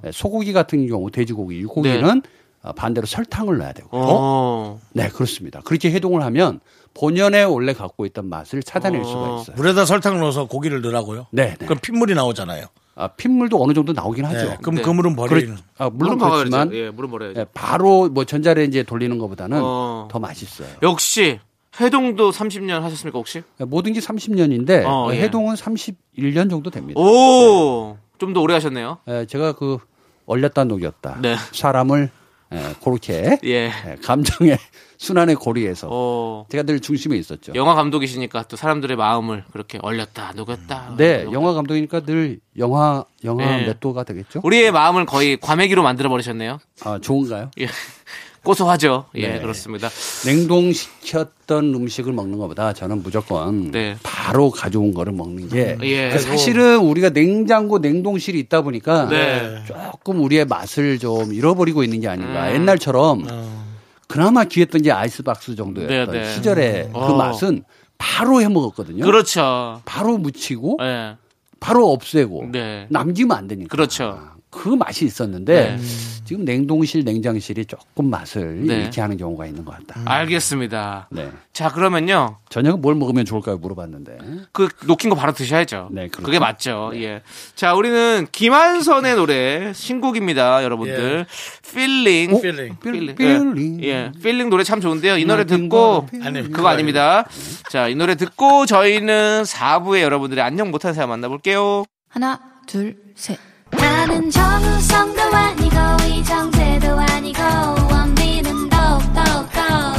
Speaker 9: 예, 소고기 같은 경우 돼지고기, 육고기는 아, 반대로 설탕을 넣어야 되고.
Speaker 2: 네. 어.
Speaker 9: 네, 그렇습니다. 그렇게 해동을 하면 본연의 원래 갖고 있던 맛을 찾아낼 수가 있어요.
Speaker 1: 물에다 설탕 넣어서 고기를 넣으라고요?
Speaker 9: 네,
Speaker 1: 그럼 핏물이 나오잖아요.
Speaker 9: 아, 핏물도 어느 정도 나오긴 하죠.
Speaker 1: 네, 그럼 네. 그 물은 버리는.
Speaker 2: 어?
Speaker 9: 그렇- 아,
Speaker 2: 물은
Speaker 9: 물론
Speaker 2: 버려야죠.
Speaker 9: 그렇지만
Speaker 2: 예, 물은 버려야죠.
Speaker 9: 예, 바로 뭐 전자레인지에 돌리는 것보다는
Speaker 2: 어.
Speaker 9: 더 맛있어요.
Speaker 2: 역시 해동도 30년 하셨습니까 혹시?
Speaker 9: 모든 게 30년인데
Speaker 2: 어, 예.
Speaker 9: 해동은 31년 정도 됩니다.
Speaker 2: 오, 좀 더 오래 하셨네요.
Speaker 9: 예, 제가 그 얼렸다 녹였다
Speaker 2: 네.
Speaker 9: 사람을 예, 그렇게
Speaker 2: 예.
Speaker 9: 예, 감정의 <laughs> 순환의 고리에서
Speaker 2: 어.
Speaker 9: 제가 늘 중심에 있었죠.
Speaker 2: 영화 감독이시니까 또 사람들의 마음을 그렇게 얼렸다 녹였다.
Speaker 9: 네, 영화 감독이니까 늘 영화 영화
Speaker 2: 예.
Speaker 9: 몇 도가 되겠죠?
Speaker 2: 우리의 마음을 거의 과메기로 만들어 버리셨네요.
Speaker 9: 아, 좋은가요?
Speaker 2: 예. 고소하죠. 예,
Speaker 9: 네.
Speaker 2: 그렇습니다.
Speaker 9: 냉동시켰던 음식을 먹는 것보다 저는 무조건 바로 가져온 거를 먹는 게
Speaker 2: 네. 예.
Speaker 9: 그 사실은 우리가 냉장고 냉동실이 있다 보니까
Speaker 2: 네.
Speaker 9: 조금 우리의 맛을 좀 잃어버리고 있는 게 아닌가
Speaker 2: 음.
Speaker 9: 옛날처럼 그나마 귀했던 게 아이스박스 정도였던
Speaker 2: 네, 네.
Speaker 9: 시절에 그
Speaker 2: 어.
Speaker 9: 맛은 바로 해 먹었거든요.
Speaker 2: 그렇죠.
Speaker 9: 바로 무치고
Speaker 2: 예.
Speaker 9: 바로 없애고
Speaker 2: 네.
Speaker 9: 남기면 안 되니까.
Speaker 2: 그렇죠.
Speaker 9: 그 맛이 있었는데
Speaker 2: 네.
Speaker 9: 지금 냉동실 냉장실이 조금 맛을
Speaker 2: 네. 음.
Speaker 9: 잃게 하는 경우가 있는 것 같다.
Speaker 2: 알겠습니다.
Speaker 9: 네.
Speaker 2: 자, 그러면요.
Speaker 9: 저녁은 뭘 먹으면 좋을까요 물어봤는데.
Speaker 2: 그 녹힌 거 바로 드셔야죠.
Speaker 9: 그렇죠.
Speaker 2: 그게 맞죠. 예. 자, 우리는 김한선의 노래 신곡입니다,
Speaker 1: 예.
Speaker 2: 여러분들. 필링. 필링. 필링.
Speaker 9: 필링.
Speaker 2: 예. 예. 필링 노래 참 좋은데요. 이 노래 듣고
Speaker 1: 아니,
Speaker 2: 그거 아닙니다. 자, 이 노래 듣고 저희는 4부에 여러분들의 안녕 못한 사연 만나 볼게요.
Speaker 11: 하나, 둘, 셋.
Speaker 3: 나는 정우성도 아니고 이정재도 아니고 원빈은 더욱더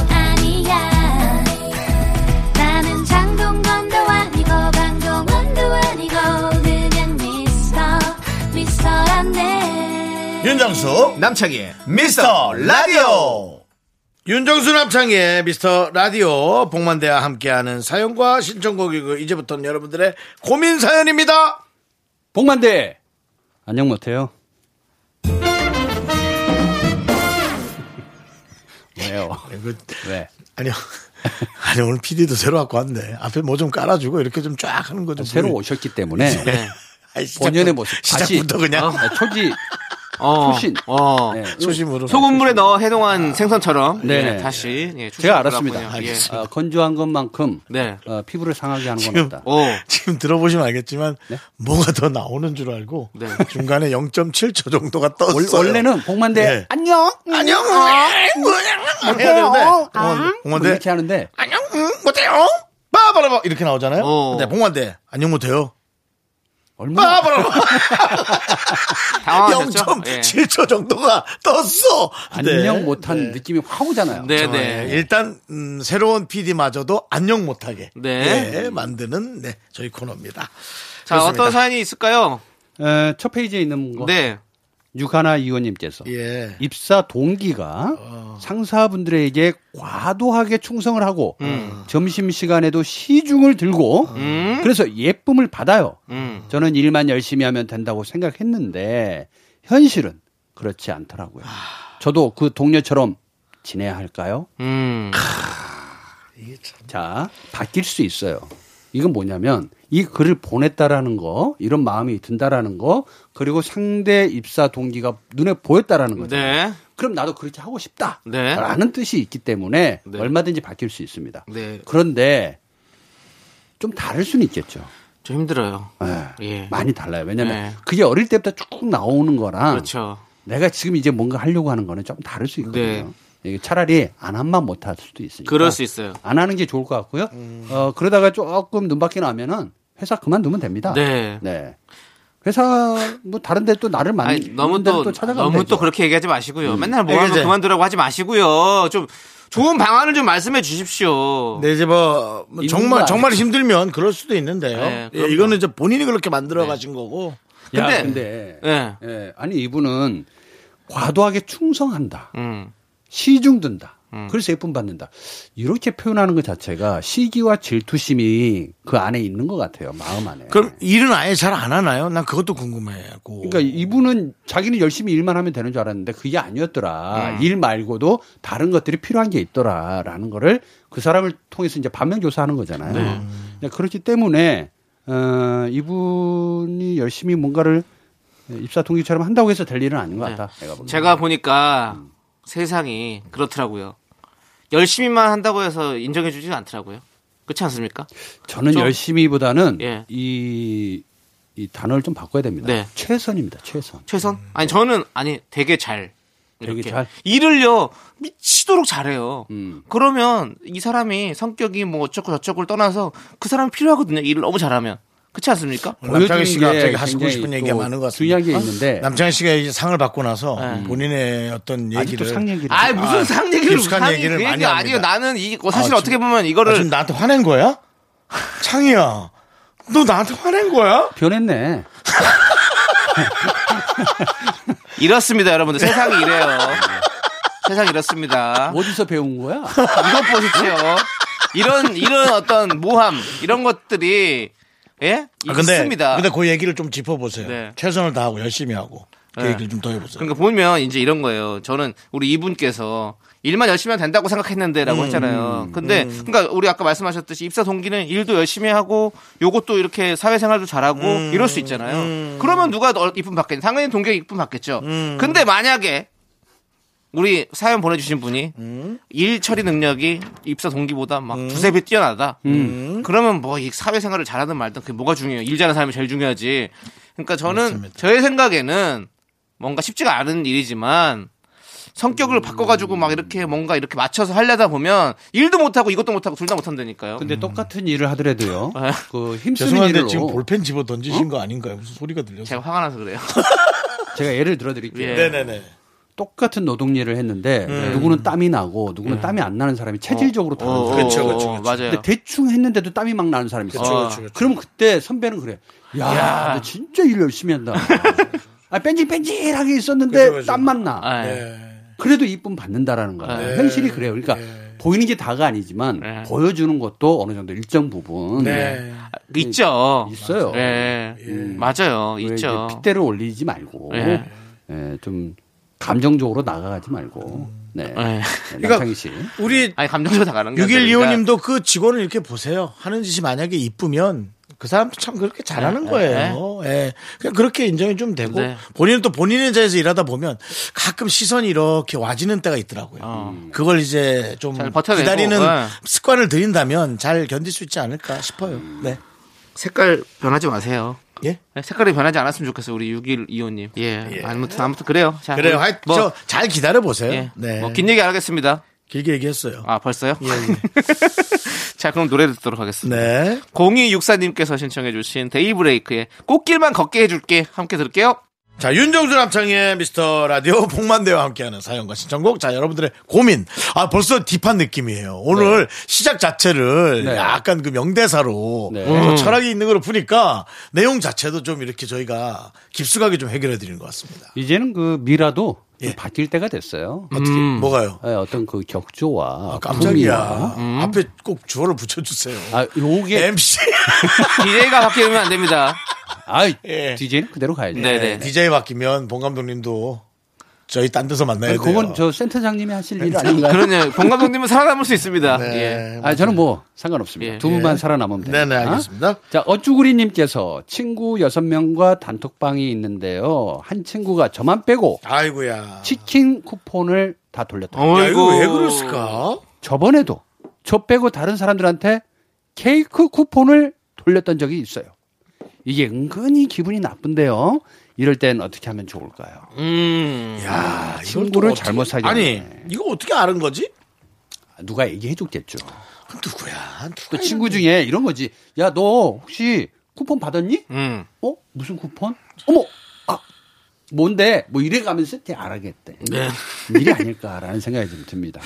Speaker 3: 아니야 나는 장동건도 아니고 방종원도 아니고 그냥 미스터 미스터란데
Speaker 1: 예.
Speaker 5: 윤정수 남창희의 미스터 라디오
Speaker 1: 윤정수 남창의 미스터 라디오 복만대와 함께하는 사연과 신청곡이고 이제부터는 여러분들의 고민 사연입니다.
Speaker 9: 복만대 안녕 못해요. <laughs> 왜요?
Speaker 1: 네, 그
Speaker 9: 왜?
Speaker 1: 아니요. <laughs> 아니 오늘 PD도 새로 갖고 왔네. 앞에 뭐 좀 깔아주고 이렇게 좀 쫙 하는 거죠.
Speaker 9: 새로
Speaker 1: <laughs>
Speaker 9: 오셨기 때문에 본연의 모습 다시 어, 네,
Speaker 1: 시작부터 그냥 <laughs> 어,
Speaker 9: 초지 초신 네.
Speaker 1: 초심으로
Speaker 2: 소금물에 넣어 해동한 생선처럼
Speaker 9: 네.
Speaker 2: 예, 다시 예,
Speaker 9: 제가
Speaker 2: 출시하더라고요.
Speaker 9: 알았습니다.
Speaker 2: 예.
Speaker 9: 어, 건조한 것만큼
Speaker 2: 네.
Speaker 9: 어, 피부를 상하게 하는 건
Speaker 1: 지금
Speaker 9: 없다.
Speaker 1: 지금 들어보시면 알겠지만 뭐가 더 나오는 줄 알고
Speaker 9: 네.
Speaker 1: 중간에 0.7초 정도가 떴어요.
Speaker 9: 원- 원래는 음. 어? 복만대
Speaker 1: 네.
Speaker 9: 안녕
Speaker 1: 안녕 음. 뭐야 해야 되는데 봉- 봉만대
Speaker 9: 뭐 이렇게 하는데
Speaker 1: 안녕 음, 못해요 빠바라바 이렇게 나오잖아요.
Speaker 9: 어.
Speaker 1: 근데 봉만대 안녕 못해요. 아,
Speaker 2: 뭐? <laughs>
Speaker 9: 얼마나
Speaker 1: 빠바라바
Speaker 2: 예.
Speaker 1: 0.7초 정도가 떴어.
Speaker 9: 안녕
Speaker 1: 네.
Speaker 9: 못한 느낌이 확 오잖아요.
Speaker 1: 네, 네. 일단 음, 새로운 PD마저도 안녕 못하게
Speaker 2: 네.
Speaker 1: 예, 만드는 네, 저희 코너입니다.
Speaker 2: 자
Speaker 1: 그렇습니다.
Speaker 2: 어떤 사연이 있을까요?
Speaker 9: 에, 첫 페이지에 있는 거.
Speaker 2: 네.
Speaker 9: 유카나 이원님께서
Speaker 1: 예.
Speaker 9: 입사 동기가 상사분들에게 과도하게 충성을 하고 점심 시간에도 시중을 들고 그래서 예쁨을 받아요.
Speaker 2: 음.
Speaker 9: 저는 일만 열심히 하면 된다고 생각했는데 현실은 그렇지 않더라고요. 저도 그 동료처럼 지내야 할까요?
Speaker 2: 음.
Speaker 9: 자, 바뀔 수 있어요. 이건 뭐냐면 이 글을 보냈다라는 거, 이런 마음이 든다라는 거, 그리고 상대 입사 동기가 눈에 보였다라는 거죠.
Speaker 2: 네.
Speaker 9: 그럼 나도 그렇게 하고 싶다.
Speaker 2: 네.
Speaker 9: 라는 뜻이 있기 때문에 얼마든지 바뀔 수 있습니다.
Speaker 2: 네.
Speaker 9: 그런데 좀 다를 수는 있겠죠.
Speaker 2: 좀 힘들어요.
Speaker 9: 네.
Speaker 2: 예.
Speaker 9: 많이 달라요. 왜냐하면
Speaker 2: 네.
Speaker 9: 그게 어릴 때부터 쭉 나오는 거랑
Speaker 2: 그렇죠.
Speaker 9: 내가 지금 이제 뭔가 하려고 하는 거는 좀 다를 수 있거든요.
Speaker 2: 네.
Speaker 9: 이게 차라리 안 한만 못할 수도 있으니까.
Speaker 2: 그럴 수 있어요.
Speaker 9: 안 하는 게 좋을 것 같고요. 어, 그러다가 조금 눈밖에 나면은 회사 그만두면 됩니다.
Speaker 2: 네.
Speaker 9: 네. 회사 뭐 다른 데 또 나를 만나
Speaker 2: 아니, 너무 또,
Speaker 9: 찾아가면
Speaker 2: 너무
Speaker 9: 되죠.
Speaker 2: 또 그렇게 얘기하지 마시고요. 맨날 뭐
Speaker 1: 네,
Speaker 9: 이게
Speaker 2: 하면
Speaker 9: 이제-
Speaker 2: 그만두라고 하지 마시고요. 좀 좋은 방안을 좀 말씀해 주십시오.
Speaker 1: 네, 이제 뭐, 뭐
Speaker 2: 있는
Speaker 1: 정말
Speaker 2: 거
Speaker 1: 정말
Speaker 2: 아니죠?
Speaker 1: 힘들면 그럴 수도 있는데요.
Speaker 2: 네,
Speaker 1: 예,
Speaker 2: 그럼요. 네.
Speaker 1: 이거는 이제 본인이 그렇게 만들어 가신 거고.
Speaker 9: 야,
Speaker 1: 근데-
Speaker 9: 근데,
Speaker 2: 예.
Speaker 9: 예, 아니 이분은 과도하게 충성한다.
Speaker 2: 음.
Speaker 9: 시중든다. 그래서 예쁨 받는다. 이렇게 표현하는 것 자체가 시기와 질투심이 그 안에 있는 것 같아요. 마음 안에.
Speaker 1: 그럼 일은 아예 잘 안 하나요? 난 그것도 궁금해하고.
Speaker 9: 그러니까 이분은 자기는 열심히 일만 하면 되는 줄 알았는데 그게 아니었더라.
Speaker 1: 음.
Speaker 9: 일 말고도 다른 것들이 필요한 게 있더라라는 거를 그 사람을 통해서 이제 반면교사하는 거잖아요.
Speaker 2: 네.
Speaker 9: 근데 그렇기 때문에 어, 이분이 열심히 뭔가를 입사 동기처럼 한다고 해서 될 일은 아닌 것 같다. 내가 보면.
Speaker 2: 제가 보니까 세상이 그렇더라고요. 열심히만 한다고 해서 인정해 주지 않더라고요. 그렇지 않습니까?
Speaker 9: 저는
Speaker 2: 좀-
Speaker 9: 열심히보다는
Speaker 2: 예.
Speaker 9: 이, 이 단어를 좀 바꿔야 됩니다.
Speaker 2: 네.
Speaker 9: 최선입니다. 최선.
Speaker 2: 최선? 아니 저는 아니 되게 잘
Speaker 9: 되게
Speaker 2: 이렇게
Speaker 9: 잘?
Speaker 2: 일을요 미치도록 잘해요.
Speaker 1: 음.
Speaker 2: 그러면 이 사람이 성격이 뭐 어쩌고 저쩌고를 떠나서 그 사람이 필요하거든요. 일을 너무 잘하면 그렇지 않습니까?
Speaker 1: 뭐 남창희 씨가
Speaker 9: 게
Speaker 1: 갑자기 하시고
Speaker 9: 굉장히
Speaker 1: 싶은 얘기가
Speaker 9: 또
Speaker 1: 많은 것 같습니다. 아.
Speaker 9: 중요한 게 있는데 네.
Speaker 1: 남창희 씨가 이제 상을 받고 나서 본인의 어떤 얘기를.
Speaker 9: 아직도 상 얘기를.
Speaker 2: 아이 무슨
Speaker 1: 아,
Speaker 2: 상 얘기를
Speaker 1: 깊숙한
Speaker 2: 상
Speaker 1: 얘기를
Speaker 2: 그
Speaker 1: 많이
Speaker 2: 얘기 아니에요.
Speaker 1: 합니다.
Speaker 2: 나는 이 사실
Speaker 1: 아,
Speaker 2: 어떻게
Speaker 1: 지금-
Speaker 2: 보면
Speaker 1: 아,
Speaker 2: 이거를
Speaker 1: 지금 나한테 화낸 거야? 창희야, 너 나한테 화낸 거야?
Speaker 9: 변했네.
Speaker 2: 이렇습니다, 여러분들.
Speaker 1: 네.
Speaker 2: 세상이 이래요. 세상 이렇습니다.
Speaker 1: 뭐?
Speaker 9: 어디서 배운 거야? <laughs>
Speaker 2: 이것 보십시오. 이런 이런 어떤 모함 이런 것들이 예
Speaker 1: 아, 근데,
Speaker 2: 있습니다.
Speaker 1: 근데 그 얘기를 좀 짚어보세요.
Speaker 2: 네.
Speaker 1: 최선을 다하고 열심히 하고. 그
Speaker 2: 네.
Speaker 1: 얘기를 좀 더 해보세요.
Speaker 2: 그러니까 보면 이제 이런 거예요. 저는 우리 이분께서 일만 열심히 하면 된다고 생각했는데라고
Speaker 1: 음,
Speaker 2: 했잖아요. 근데 그러니까 우리 아까 말씀하셨듯이 입사 동기는 일도 열심히 하고 요것도 이렇게 사회생활도 잘하고
Speaker 1: 음,
Speaker 2: 이럴 수 있잖아요. 그러면 누가 더 이쁨 받겠냐? 당연히 동기가 이쁨 받겠죠.
Speaker 1: 음.
Speaker 2: 근데 만약에 우리 사연 보내주신 분이
Speaker 1: 음.
Speaker 2: 일 처리 능력이 입사 동기보다 막 두세 배 뛰어나다.
Speaker 1: 음.
Speaker 2: 그러면 뭐 이 사회생활을 잘하든 말든 그게 뭐가 중요해요. 일 잘하는 사람이 제일 중요하지. 그러니까 저는 저의 생각에는 뭔가 쉽지가 않은 일이지만
Speaker 1: 음.
Speaker 2: 성격을 바꿔가지고 막 이렇게 뭔가 이렇게 맞춰서 하려다 보면 일도 못하고 이것도 못하고 둘 다 못한다니까요.
Speaker 9: 근데 똑같은 일을 하더라도요. 그 힘쓰는
Speaker 1: 죄송한데
Speaker 9: 일로
Speaker 1: 지금 볼펜 집어 던지신 거 아닌가요? 무슨 소리가 들려서.
Speaker 2: 제가 화가 나서 그래요. <laughs>
Speaker 9: 제가 예를 들어드릴게요.
Speaker 2: 예.
Speaker 1: 네네네.
Speaker 9: 똑같은 노동일을 했는데 누구는 땀이 나고 누구는 땀이 안 나는 사람이 체질적으로 다른
Speaker 2: 어,
Speaker 9: 사람.
Speaker 2: 그쵸, 그쵸, 그쵸. 맞아요.
Speaker 9: 근데 대충 했는데도 땀이 막 나는 사람이 있어.
Speaker 2: 그쵸, 그쵸,
Speaker 9: 그럼 그때 선배는 그래. 야,
Speaker 2: 야.
Speaker 9: 너 진짜 일 열심히 한다. 아, 뺀질뺀질하게 있었는데 땀만 나.
Speaker 1: 아, 네. 예.
Speaker 9: 그래도 이쁨 받는다라는 거예요.
Speaker 10: 네.
Speaker 9: 현실이 그래요. 그러니까 보이는 게 다가 아니지만 보여주는 것도 어느 정도 일정 부분
Speaker 2: 네. 있죠.
Speaker 9: 있어요. 예.
Speaker 2: 네. 맞아요.
Speaker 9: 왜
Speaker 2: 있죠.
Speaker 9: 이제 핏대를 올리지 말고
Speaker 2: 예.
Speaker 9: 예, 좀 감정적으로 나가지 말고.
Speaker 2: 예.
Speaker 9: 네. 네. 남창희 씨.
Speaker 1: 우리
Speaker 2: 아니 감정으로 나가는 거죠.
Speaker 1: 6125님도 그 직원을 이렇게 보세요. 하는 짓이 만약에 이쁘면 그 사람도 참 그렇게 잘하는
Speaker 2: 네,
Speaker 1: 거예요. 예. 그냥 그렇게 인정이 좀 되고
Speaker 2: 네.
Speaker 1: 본인은 또 본인의 자리에서 일하다 보면 가끔 시선이 이렇게 와지는 때가 있더라고요. 그걸 이제 좀
Speaker 2: 어. 잘 버텨내고,
Speaker 1: 기다리는
Speaker 2: 네.
Speaker 1: 습관을 들인다면 잘 견딜 수 있지 않을까 싶어요. 네.
Speaker 2: 색깔 변하지 마세요.
Speaker 1: 예?
Speaker 2: 네, 색깔이 변하지 않았으면 좋겠어요. 우리 6125님. 예. 아무튼 아무튼 그래요. 자,
Speaker 1: 그래요.
Speaker 2: 우리
Speaker 1: 하여튼 뭐, 저잘 기다려 보세요.
Speaker 2: 예.
Speaker 1: 네. 예,
Speaker 2: 뭐긴 얘기 안 하겠습니다.
Speaker 1: 길게 얘기했어요.
Speaker 2: 아, 벌써요? <laughs> 자, 그럼 노래 듣도록
Speaker 1: 네.
Speaker 2: 하겠습니다. <laughs> 0264님께서 신청해주신 데이브레이크의 꽃길만 걷게 해줄게. 함께 들을게요.
Speaker 1: 자, 윤정수 남창의 미스터 라디오 <laughs> 복만대와 함께하는 사연과 신청곡. 자, 여러분들의 고민. 아, 벌써 딥한 느낌이에요. 오늘
Speaker 9: 네.
Speaker 1: 시작 자체를 약간 그 명대사로
Speaker 9: 네.
Speaker 1: 좀 철학이 있는 걸로 보니까 내용 자체도 좀 이렇게 저희가 깊숙하게 좀 해결해 드리는 것 같습니다.
Speaker 9: 이제는 그 미라도 좀 바뀔 때가 됐어요.
Speaker 1: 어떻게, 뭐가요?
Speaker 9: 예, 어떤 그 격조와
Speaker 1: 아, 깜짝이야.
Speaker 9: 품위와.
Speaker 1: 앞에 꼭 주어를 붙여주세요.
Speaker 9: 음. 아, 요게
Speaker 1: MC
Speaker 2: DJ가 바뀌면 안 됩니다.
Speaker 9: 아, DJ는 그대로 가야죠.
Speaker 1: 네, <laughs> DJ 바뀌면 봉 감독님도 저희 딴 데서 만나야
Speaker 9: 아니,
Speaker 1: 네, 돼요.
Speaker 9: 그건 저 센터장님이 하실 일 아닌가요?
Speaker 2: 그러네요. 봉 감독님은 살아남을 수
Speaker 1: 네.
Speaker 2: 있습니다. 예.
Speaker 9: 아, 저는 뭐 상관없습니다. 두 분만
Speaker 2: 예.
Speaker 9: 살아남으면 돼요.
Speaker 2: 네네, 알겠습니다.
Speaker 9: 자, 어쭈구리님께서 친구 여섯 명과 단톡방이 있는데요. 한 친구가 저만 빼고
Speaker 1: 아이고야.
Speaker 9: 치킨 쿠폰을 다 돌렸다.
Speaker 1: 야, 이거
Speaker 9: 어.
Speaker 1: 왜 그랬을까?
Speaker 9: 저번에도 저 빼고 다른 사람들한테 케이크 쿠폰을 돌렸던 적이 있어요. 이게 은근히 기분이 나쁜데요. 이럴 땐 어떻게 하면 좋을까요?
Speaker 2: 음.
Speaker 1: 야, 아, 이걸 또
Speaker 9: 아, 친구를
Speaker 1: 어떻게-
Speaker 9: 잘못 사귀었네.
Speaker 1: 아니, 이거 어떻게 아는 거지?
Speaker 9: 누가 얘기해 줬겠죠.
Speaker 1: 누구야?
Speaker 9: 또 친구 중에 이런 거지. 야, 너 혹시 쿠폰 받았니?
Speaker 2: 음.
Speaker 9: 어? 무슨 쿠폰? 어머! 아! 뭔데? 뭐 이래 가면서 이제 알아겠대.
Speaker 2: 네.
Speaker 9: 일이 아닐까라는 생각이 좀 듭니다.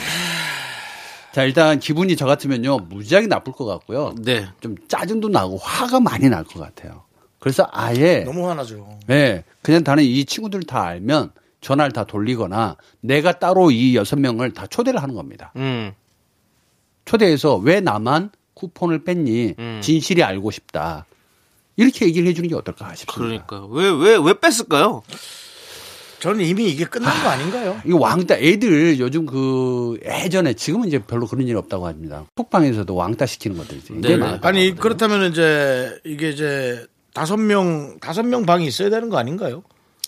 Speaker 9: 자, 일단 기분이 저 같으면요. 무지하게 나쁠 것 같고요.
Speaker 2: 네.
Speaker 9: 좀 짜증도 나고 화가 많이 날 것 같아요. 그래서 아예
Speaker 1: 너무 화나죠.
Speaker 9: 예. 그냥 다른 이 친구들 다 알면 전화를 다 돌리거나 내가 따로 이 여섯 명을 다 초대를 하는 겁니다.
Speaker 2: 음.
Speaker 9: 초대해서 왜 나만 쿠폰을 뺐니?
Speaker 1: 음.
Speaker 9: 진실이 알고 싶다. 이렇게 얘기를 해주는 게 어떨까 싶습니다.
Speaker 2: 그러니까. 왜, 왜, 왜 뺐을까요?
Speaker 1: 저는 이미 이게 끝난 거 아닌가요?
Speaker 9: 이 왕따 애들 요즘 그 예전에 지금은 이제 별로 그런 일 없다고 합니다. 톡방에서도 왕따 시키는 것들이
Speaker 1: 네.
Speaker 9: 굉장히 많아요.
Speaker 1: 아니, 그렇다면 이제 이게 이제 다섯 명, 다섯 명 방이 있어야 되는 거 아닌가요?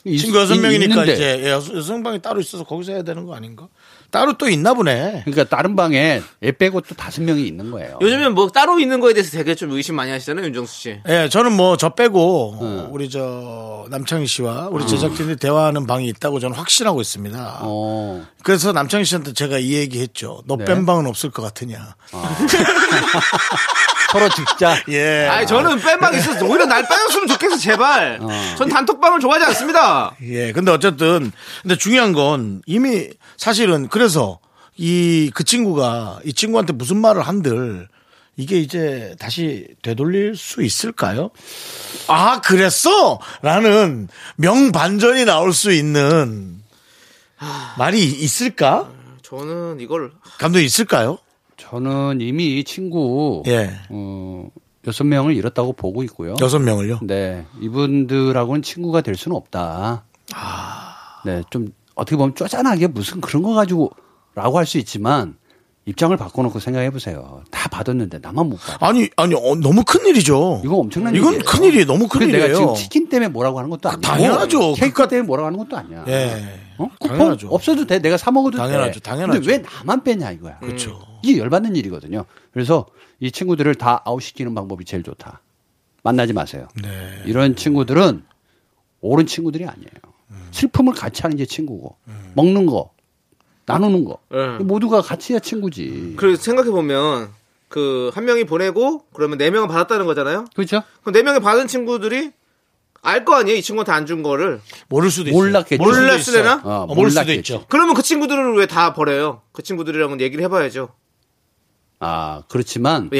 Speaker 9: 있-
Speaker 1: 친구 여섯
Speaker 9: 있-
Speaker 1: 명이니까
Speaker 9: 있는데.
Speaker 1: 이제 예, 여섯, 여섯 방이 따로 있어서 거기서 해야 되는 거 아닌가? 따로 또 있나 보네.
Speaker 9: 그러니까 다른 방에 애 빼고 또 다섯 명이 있는 거예요.
Speaker 2: 요즘엔 뭐 따로 있는 거에 대해서 되게 좀 의심 많이 하시잖아요, 윤정수
Speaker 9: 네.
Speaker 2: 씨.
Speaker 1: 예, 저는 뭐 저 빼고
Speaker 9: 음.
Speaker 1: 우리 저 남창희 씨와 우리
Speaker 2: 음.
Speaker 1: 제작진이 대화하는 방이 있다고 저는 확신하고
Speaker 9: 어.
Speaker 1: 있습니다. 그래서 남창희 씨한테 제가 이 얘기했죠. 너
Speaker 9: 네. 아.
Speaker 1: 뺀 방은 없을 것 같으냐.
Speaker 9: <laughs> 서로 직자.
Speaker 1: <laughs> 예.
Speaker 2: 아니, 저는 뺀방 있어서 오히려 날 빼줬으면 좋겠어, 제발. 전 단톡방을 좋아하지 않습니다.
Speaker 1: 예, 근데 어쨌든, 근데 중요한 건 이미 사실은 그래서 이 그 친구가 이 친구한테 무슨 말을 한들 이게 이제 다시 되돌릴 수 있을까요? 아, 그랬어? 라는 명반전이 나올 수 있는 말이 있을까?
Speaker 2: 저는 이걸
Speaker 1: 감독 있을까요?
Speaker 9: 저는 이미 이 친구
Speaker 1: 예.
Speaker 9: 어, 여섯 명을 잃었다고 보고 있고요.
Speaker 1: 여섯 명을요?
Speaker 9: 네, 이분들하고는 친구가 될 수는 없다.
Speaker 1: 아.
Speaker 9: 네, 좀 어떻게 보면 쪼잔하게 무슨 그런 거 가지고라고 할 수 있지만 입장을 바꿔놓고 생각해 보세요. 다 받았는데 나만 못 받아.
Speaker 1: 아니, 아니, 어, 너무 큰일이죠.
Speaker 9: 이거 엄청난
Speaker 1: 이건
Speaker 9: 일이에요.
Speaker 1: 큰일이에요. 너무
Speaker 9: 근데 내가 지금
Speaker 1: 큰일이에요.
Speaker 9: 치킨 때문에 뭐라고 하는 것도 아니고
Speaker 1: 당연하죠. 그러니까
Speaker 9: 케이크 때문에 뭐라고 하는 것도 아니야.
Speaker 1: 예.
Speaker 9: 어? 쿠폰
Speaker 1: 당연하죠.
Speaker 9: 없어도 돼. 내가 사 먹어도
Speaker 1: 당연하죠.
Speaker 9: 돼.
Speaker 1: 당연하죠.
Speaker 9: 근데 왜 나만 빼냐 이거야.
Speaker 2: 음.
Speaker 1: 그렇죠.
Speaker 9: 이게 열받는 일이거든요. 그래서 이 친구들을 다 아웃시키는 방법이 제일 좋다. 만나지 마세요.
Speaker 1: 네.
Speaker 9: 이런 친구들은 옳은 친구들이 아니에요.
Speaker 1: 음.
Speaker 9: 슬픔을 같이 하는 게 친구고 먹는 거 나누는 거
Speaker 2: 예.
Speaker 9: 모두가 같이 해야
Speaker 1: 음.
Speaker 9: 친구지.
Speaker 2: 그리고 생각해보면, 그, 한 명이 보내고, 그러면 네 명은 받았다는 거잖아요?
Speaker 9: 그렇죠.
Speaker 2: 그럼 네 명이 받은 친구들이 알 거 아니에요? 이 친구한테 안 준 거를.
Speaker 1: 모를 수도
Speaker 9: 몰랐겠죠.
Speaker 2: 몰랐으려나?
Speaker 9: 어,
Speaker 1: 모를 수도
Speaker 9: 몰랐겠죠.
Speaker 1: 있죠.
Speaker 2: 그러면 그 친구들을 왜 다 버려요? 그 친구들이랑은 얘기를 해봐야죠. 예.
Speaker 9: 아
Speaker 2: 네.
Speaker 9: 그렇지만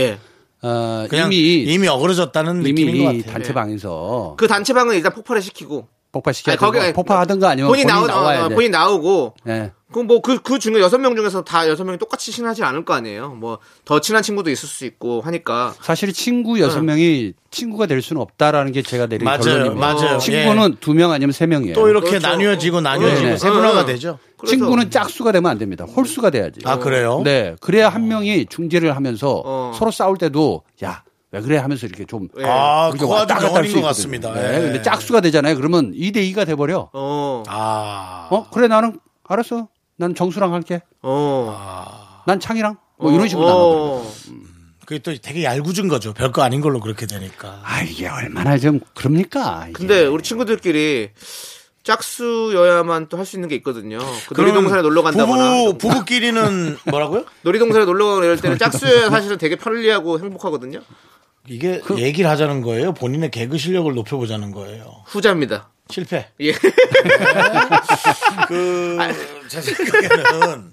Speaker 9: 어,
Speaker 1: 그냥
Speaker 9: 이미
Speaker 1: 이미 어그러졌다는
Speaker 9: 이미
Speaker 1: 느낌인 것 같아요.
Speaker 9: 단체방에서
Speaker 2: 그 단체방은 일단 폭발을 시키고.
Speaker 9: 폭파시켜야
Speaker 2: 그 아니, 거기-
Speaker 9: 되고 폭파하든가 아니면
Speaker 2: 본인
Speaker 9: 본인,
Speaker 2: 나오,
Speaker 9: 나와야
Speaker 2: 어,
Speaker 9: 돼.
Speaker 2: 본인 나오고
Speaker 9: 예.
Speaker 2: 그럼 뭐그 그 중에 여섯 명 중에서 다 여섯 명이 똑같이 친하지 않을 거 아니에요. 뭐 더 친한 친구도 있을 수 있고 하니까
Speaker 9: 사실 친구 여섯
Speaker 2: 응.
Speaker 9: 명이 친구가 될 수는 없다라는 게 제가 내린
Speaker 2: 어. 맞아요,
Speaker 9: 결론입니다.
Speaker 2: 맞아요.
Speaker 9: 친구는 두 명 아니면 세 명이에요.
Speaker 1: 예. 또 이렇게
Speaker 2: 그렇죠.
Speaker 1: 나뉘어지고 나뉘어지고
Speaker 9: 네, 네.
Speaker 1: 세분화가
Speaker 9: 응.
Speaker 1: 되죠.
Speaker 9: 친구는 짝수가 되면 안 됩니다. 홀수가 돼야지.
Speaker 1: 아, 그래요?
Speaker 9: 네. 그래야 한 명이 중재를 하면서
Speaker 1: 어.
Speaker 9: 서로 싸울 때도 야, 왜 그래 하면서 이렇게 좀
Speaker 2: 네.
Speaker 1: 예. 아,
Speaker 9: 그렇게
Speaker 1: 그거
Speaker 9: 왔다
Speaker 1: 아주
Speaker 9: 갔다
Speaker 1: 명언인
Speaker 9: 할수
Speaker 1: 것
Speaker 9: 있거든요.
Speaker 1: 같습니다.
Speaker 9: 네.
Speaker 1: 예.
Speaker 9: 근데 짝수가 되잖아요. 그러면 2대 2가 돼 버려.
Speaker 2: 어.
Speaker 1: 아.
Speaker 9: 그래 나는 알았어. 난 정수랑 할게.
Speaker 2: 어.
Speaker 9: 난 창이랑
Speaker 1: 어,
Speaker 9: 뭐 이런 식으로 나눠.
Speaker 1: 그게 또 되게 얄궂은 거죠. 별거 아닌 걸로 그렇게 되니까.
Speaker 9: 아 이게 얼마나 좀 그럽니까?
Speaker 2: 근데 우리 친구들끼리 짝수여야만 또 할 수 있는 게 있거든요. 그 놀이동산에 놀러 간다거나
Speaker 1: 부부 부부끼리는 뭐라고요?
Speaker 2: 놀이동산에 놀러 가거나 이럴 때는 짝수여야 사실은 되게 편리하고 행복하거든요.
Speaker 1: 이게 얘기를 하자는 거예요. 본인의 개그 실력을 높여보자는 거예요.
Speaker 2: 후자입니다.
Speaker 1: 실패.
Speaker 2: 예. <laughs>
Speaker 9: <laughs>
Speaker 1: 그, 제 생각에는,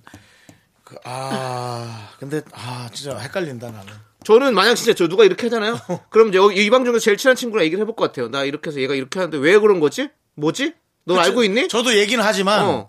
Speaker 1: 그, 아, 근데, 아, 진짜 헷갈린다, 나는.
Speaker 2: 저는 만약 진짜 저 누가 이렇게 하잖아요. 그럼 여기 이방 중에서 제일 친한 친구랑 얘기를 해볼 것 같아요. 나 이렇게 해서 얘가 이렇게 하는데 왜 그런 거지? 뭐지? 넌
Speaker 1: 그치.
Speaker 2: 알고 있니? 어.
Speaker 1: 저도 얘기는
Speaker 9: 어,
Speaker 1: 하지만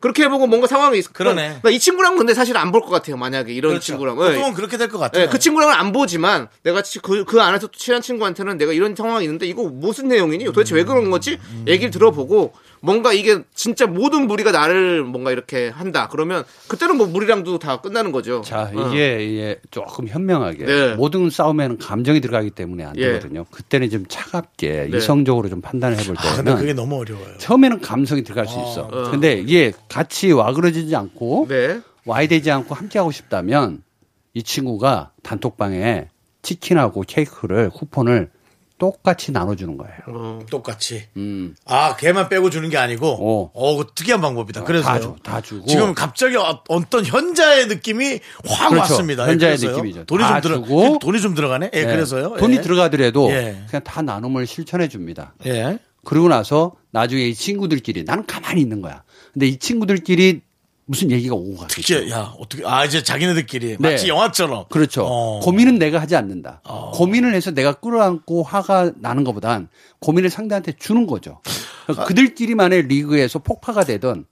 Speaker 2: 그렇게 해보고 뭔가 상황이 있
Speaker 1: 그러네.
Speaker 2: 나이 친구랑 근데 사실 안 볼 것 같아요. 만약에 이런 친구랑.
Speaker 1: 그렇죠. 보통은 그렇게 될 것
Speaker 9: 네,
Speaker 1: 같아요.
Speaker 2: 예, 그 친구랑은 안 보지만 내가 치- 그, 그 안에서 또 친한 친구한테는 내가 이런 상황이 있는데 이거 무슨 내용이니? 도대체 왜 그런 거지?
Speaker 1: 음.
Speaker 2: 얘기를 들어보고 뭔가 이게 진짜 모든 무리가 나를 뭔가 이렇게 한다. 그러면 그때는 뭐 무리랑도 다 끝나는 거죠.
Speaker 9: 자,
Speaker 2: 어.
Speaker 9: 이게, 이게 조금 현명하게
Speaker 2: 네.
Speaker 9: 모든 싸움에는 감정이 들어가기 때문에 안
Speaker 2: 예.
Speaker 9: 되거든요. 그때는 좀 차갑게
Speaker 1: 네.
Speaker 9: 이성적으로 좀 판단해 볼
Speaker 1: 아, 근데
Speaker 9: 때는
Speaker 1: 그게 너무 어려워요.
Speaker 9: 처음에는 감성이 들어갈 수 있어.
Speaker 1: 어.
Speaker 9: 근데 이게 같이 와그러지지 않고
Speaker 2: 네.
Speaker 9: 와이 되지 않고 함께 하고 싶다면 이 친구가 단톡방에 치킨하고 케이크를 쿠폰을 똑같이 나눠주는 거예요.
Speaker 2: 어.
Speaker 1: 똑같이.
Speaker 9: 음.
Speaker 1: 아, 걔만 빼고 주는 게 아니고, 어, 그거 특이한 방법이다. 아, 그래서.
Speaker 9: 어, 다 줘, 다 주고.
Speaker 1: 지금 갑자기 어- 어떤 현자의 느낌이 확
Speaker 9: 그렇죠.
Speaker 1: 왔습니다. 예,
Speaker 9: 현자의
Speaker 1: 그래서요.
Speaker 9: 느낌이죠.
Speaker 1: 돈이
Speaker 9: 다
Speaker 1: 좀 들어,
Speaker 9: 주고.
Speaker 1: 돈이 좀 들어가네? 예,
Speaker 9: 예.
Speaker 1: 그래서요.
Speaker 9: 돈이
Speaker 1: 예.
Speaker 9: 들어가더라도
Speaker 1: 예.
Speaker 9: 그냥 다 나눔을 실천해 줍니다.
Speaker 1: 예.
Speaker 9: 그러고 나서 나중에 이 친구들끼리 나는 가만히 있는 거야. 근데 이 친구들끼리 무슨 얘기가 오고 가겠죠.
Speaker 2: 그렇죠.
Speaker 1: 이제, 야, 어떻게, 아, 이제 자기네들끼리. 마치
Speaker 9: 네.
Speaker 1: 영화처럼.
Speaker 9: 그렇죠.
Speaker 1: 어.
Speaker 9: 고민은 내가 하지 않는다. 고민을 해서 내가 끌어안고 화가 나는 것보단 고민을 상대한테 주는 거죠.
Speaker 1: 아.
Speaker 9: 그러니까 그들끼리만의 리그에서 폭파가 되든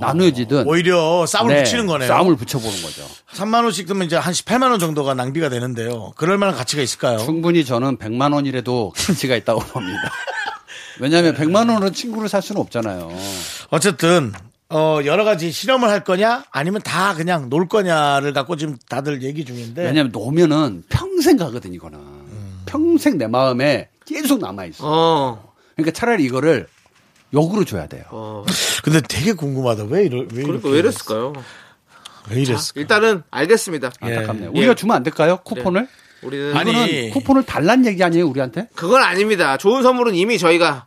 Speaker 9: 나누어지든
Speaker 1: 오히려 싸움을
Speaker 9: 네,
Speaker 1: 붙이는 거네요.
Speaker 9: 싸움을 붙여보는 거죠.
Speaker 1: 3만 원씩 들면 이제 한 18만 원 정도가 낭비가 되는데요. 그럴 만한 가치가 있을까요?
Speaker 9: 충분히 저는 100만 원이라도 <laughs> 가치가 있다고 봅니다.
Speaker 1: 네.
Speaker 9: 왜냐하면 100만 원으로 친구를 살 수는 없잖아요.
Speaker 1: 어쨌든 어, 여러 가지 실험을 할 거냐 아니면 다 그냥 놀 거냐를 갖고 지금 다들 얘기 중인데
Speaker 9: 왜냐하면 놓으면은 평생 가거든 이거는 평생 내 마음에 계속 남아 있어. 그러니까 차라리 이거를 역으로 줘야 돼요.
Speaker 2: 어.
Speaker 1: 근데 되게 궁금하다. 왜 이럴 왜 이렇게
Speaker 2: 그러니까 왜 이랬을까요?
Speaker 1: 왜 이랬을까?
Speaker 2: 일단은 알겠습니다.
Speaker 1: 예.
Speaker 9: 예. 안타깝네요. 우리가 주면 안 될까요? 쿠폰을?
Speaker 2: 예. 우리는
Speaker 9: 아니
Speaker 2: 아니
Speaker 9: 쿠폰을 달란 얘기 아니에요 우리한테?
Speaker 2: 그건 아닙니다. 좋은 선물은 이미 저희가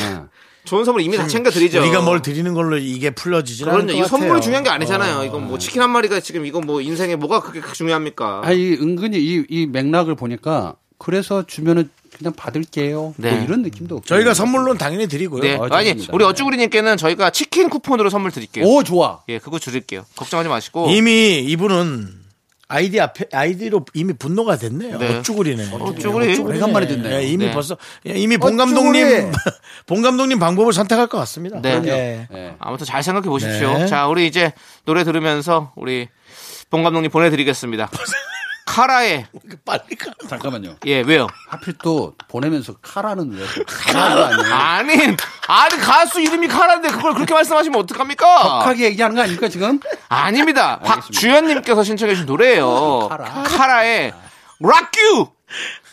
Speaker 9: 예.
Speaker 2: 좋은 선물 이미 다 챙겨 드리죠.
Speaker 1: 음. 우리가 뭘 드리는 걸로 이게 풀려지질 않을
Speaker 2: 그럼요.
Speaker 1: 것
Speaker 2: 이거 선물이
Speaker 1: 같아요.
Speaker 2: 중요한 게 아니잖아요.
Speaker 1: 어.
Speaker 2: 이건 뭐 치킨 한 마리가 지금 이건 뭐 인생에 뭐가 그렇게 중요합니까?
Speaker 9: 아니 은근히 이, 이 맥락을 보니까 그래서 주면은 그냥 받을게요.
Speaker 2: 네.
Speaker 9: 뭐 이런 느낌도 없고.
Speaker 1: 저희가 선물로는 당연히 드리고요.
Speaker 2: 네. 아, 니 우리 어쭈구리님께는 저희가 치킨 쿠폰으로 선물 드릴게요.
Speaker 9: 오 좋아.
Speaker 2: 예, 그거 드릴게요. 걱정하지 마시고.
Speaker 1: 이미 이분은 아이디 앞에 아이디로 이미 분노가 됐네요.
Speaker 2: 네.
Speaker 1: 어쭈구리네.
Speaker 2: 어쭈구리.
Speaker 9: 오래간만에 듣네요.
Speaker 1: 예, 이미
Speaker 9: 네.
Speaker 1: 벌써 예, 이미 본 감독님 <laughs> 본 감독님 방법을 선택할 것 같습니다.
Speaker 2: 네.
Speaker 1: 예.
Speaker 2: 아무튼 잘 생각해 보십시오.
Speaker 1: 네.
Speaker 2: 자, 우리 이제 노래 들으면서 우리 봉 감독님 <laughs> 보내드리겠습니다. 카라의
Speaker 1: 그 빨리 가.
Speaker 9: 잠깐만요.
Speaker 2: 예, 왜요?
Speaker 9: 하필 또 보내면서 카라는 왜? 카라 아니에요?
Speaker 2: 아니, 아니 가수 이름이 카라인데 그걸 그렇게 말씀하시면 어떡합니까?
Speaker 9: 격하게 얘기하는 거 아닙니까 지금?
Speaker 2: 아닙니다. 박주현님께서 신청해주신 노래예요. 카라. 의 락큐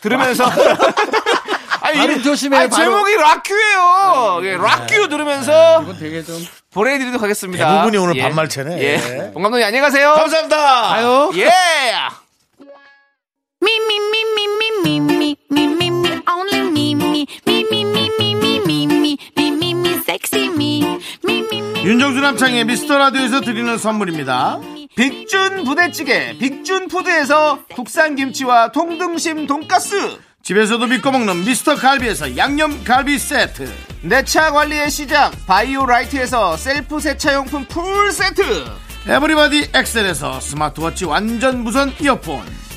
Speaker 2: 들으면서. <laughs> 아니,
Speaker 9: 발음
Speaker 2: 이름-
Speaker 9: 조심해,
Speaker 2: 아니,
Speaker 9: 발음.
Speaker 2: 제목이 락큐예요. 예, 락큐 들으면서
Speaker 9: 되게 좀
Speaker 2: 보내드리도록 하겠습니다.
Speaker 1: 대부분이 오늘 반말체네.
Speaker 2: 예.
Speaker 1: 예.
Speaker 2: 봉 감독님 안녕히 가세요.
Speaker 1: 감사합니다.
Speaker 2: 아유. 예.
Speaker 5: 윤정수 남창의 미스터 라디오에서 드리는 선물입니다.
Speaker 2: 빅준 부대찌개, 빅준 푸드에서 국산 김치와 통등심 돈가스.
Speaker 5: 집에서도 믿고 먹는 미스터 갈비에서 양념 갈비 세트.
Speaker 2: 내 차 관리의 시작, 바이오라이트에서 셀프 세차용품 풀 세트.
Speaker 5: 에브리바디 엑셀에서 스마트워치 완전 무선 이어폰.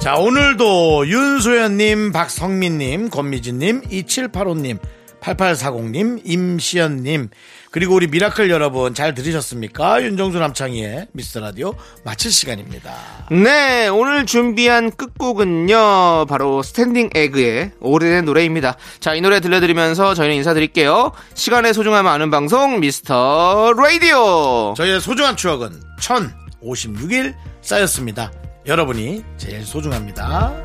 Speaker 1: 자, 오늘도 윤소연님, 박성민님, 권미진님, 2785님, 8840님, 임시연님, 그리고 우리 미라클 여러분 잘 들으셨습니까? 윤정수 남창희의 미스터 라디오 마칠 시간입니다.
Speaker 2: 네, 오늘 준비한 끝곡은요, 바로 스탠딩 에그의 오래된 노래입니다. 자, 이 노래 들려드리면서 저희는 인사드릴게요. 시간의 소중함 아는 방송, 미스터 라디오!
Speaker 1: 저희의 소중한 추억은 1056일 쌓였습니다. 여러분이 제일 소중합니다.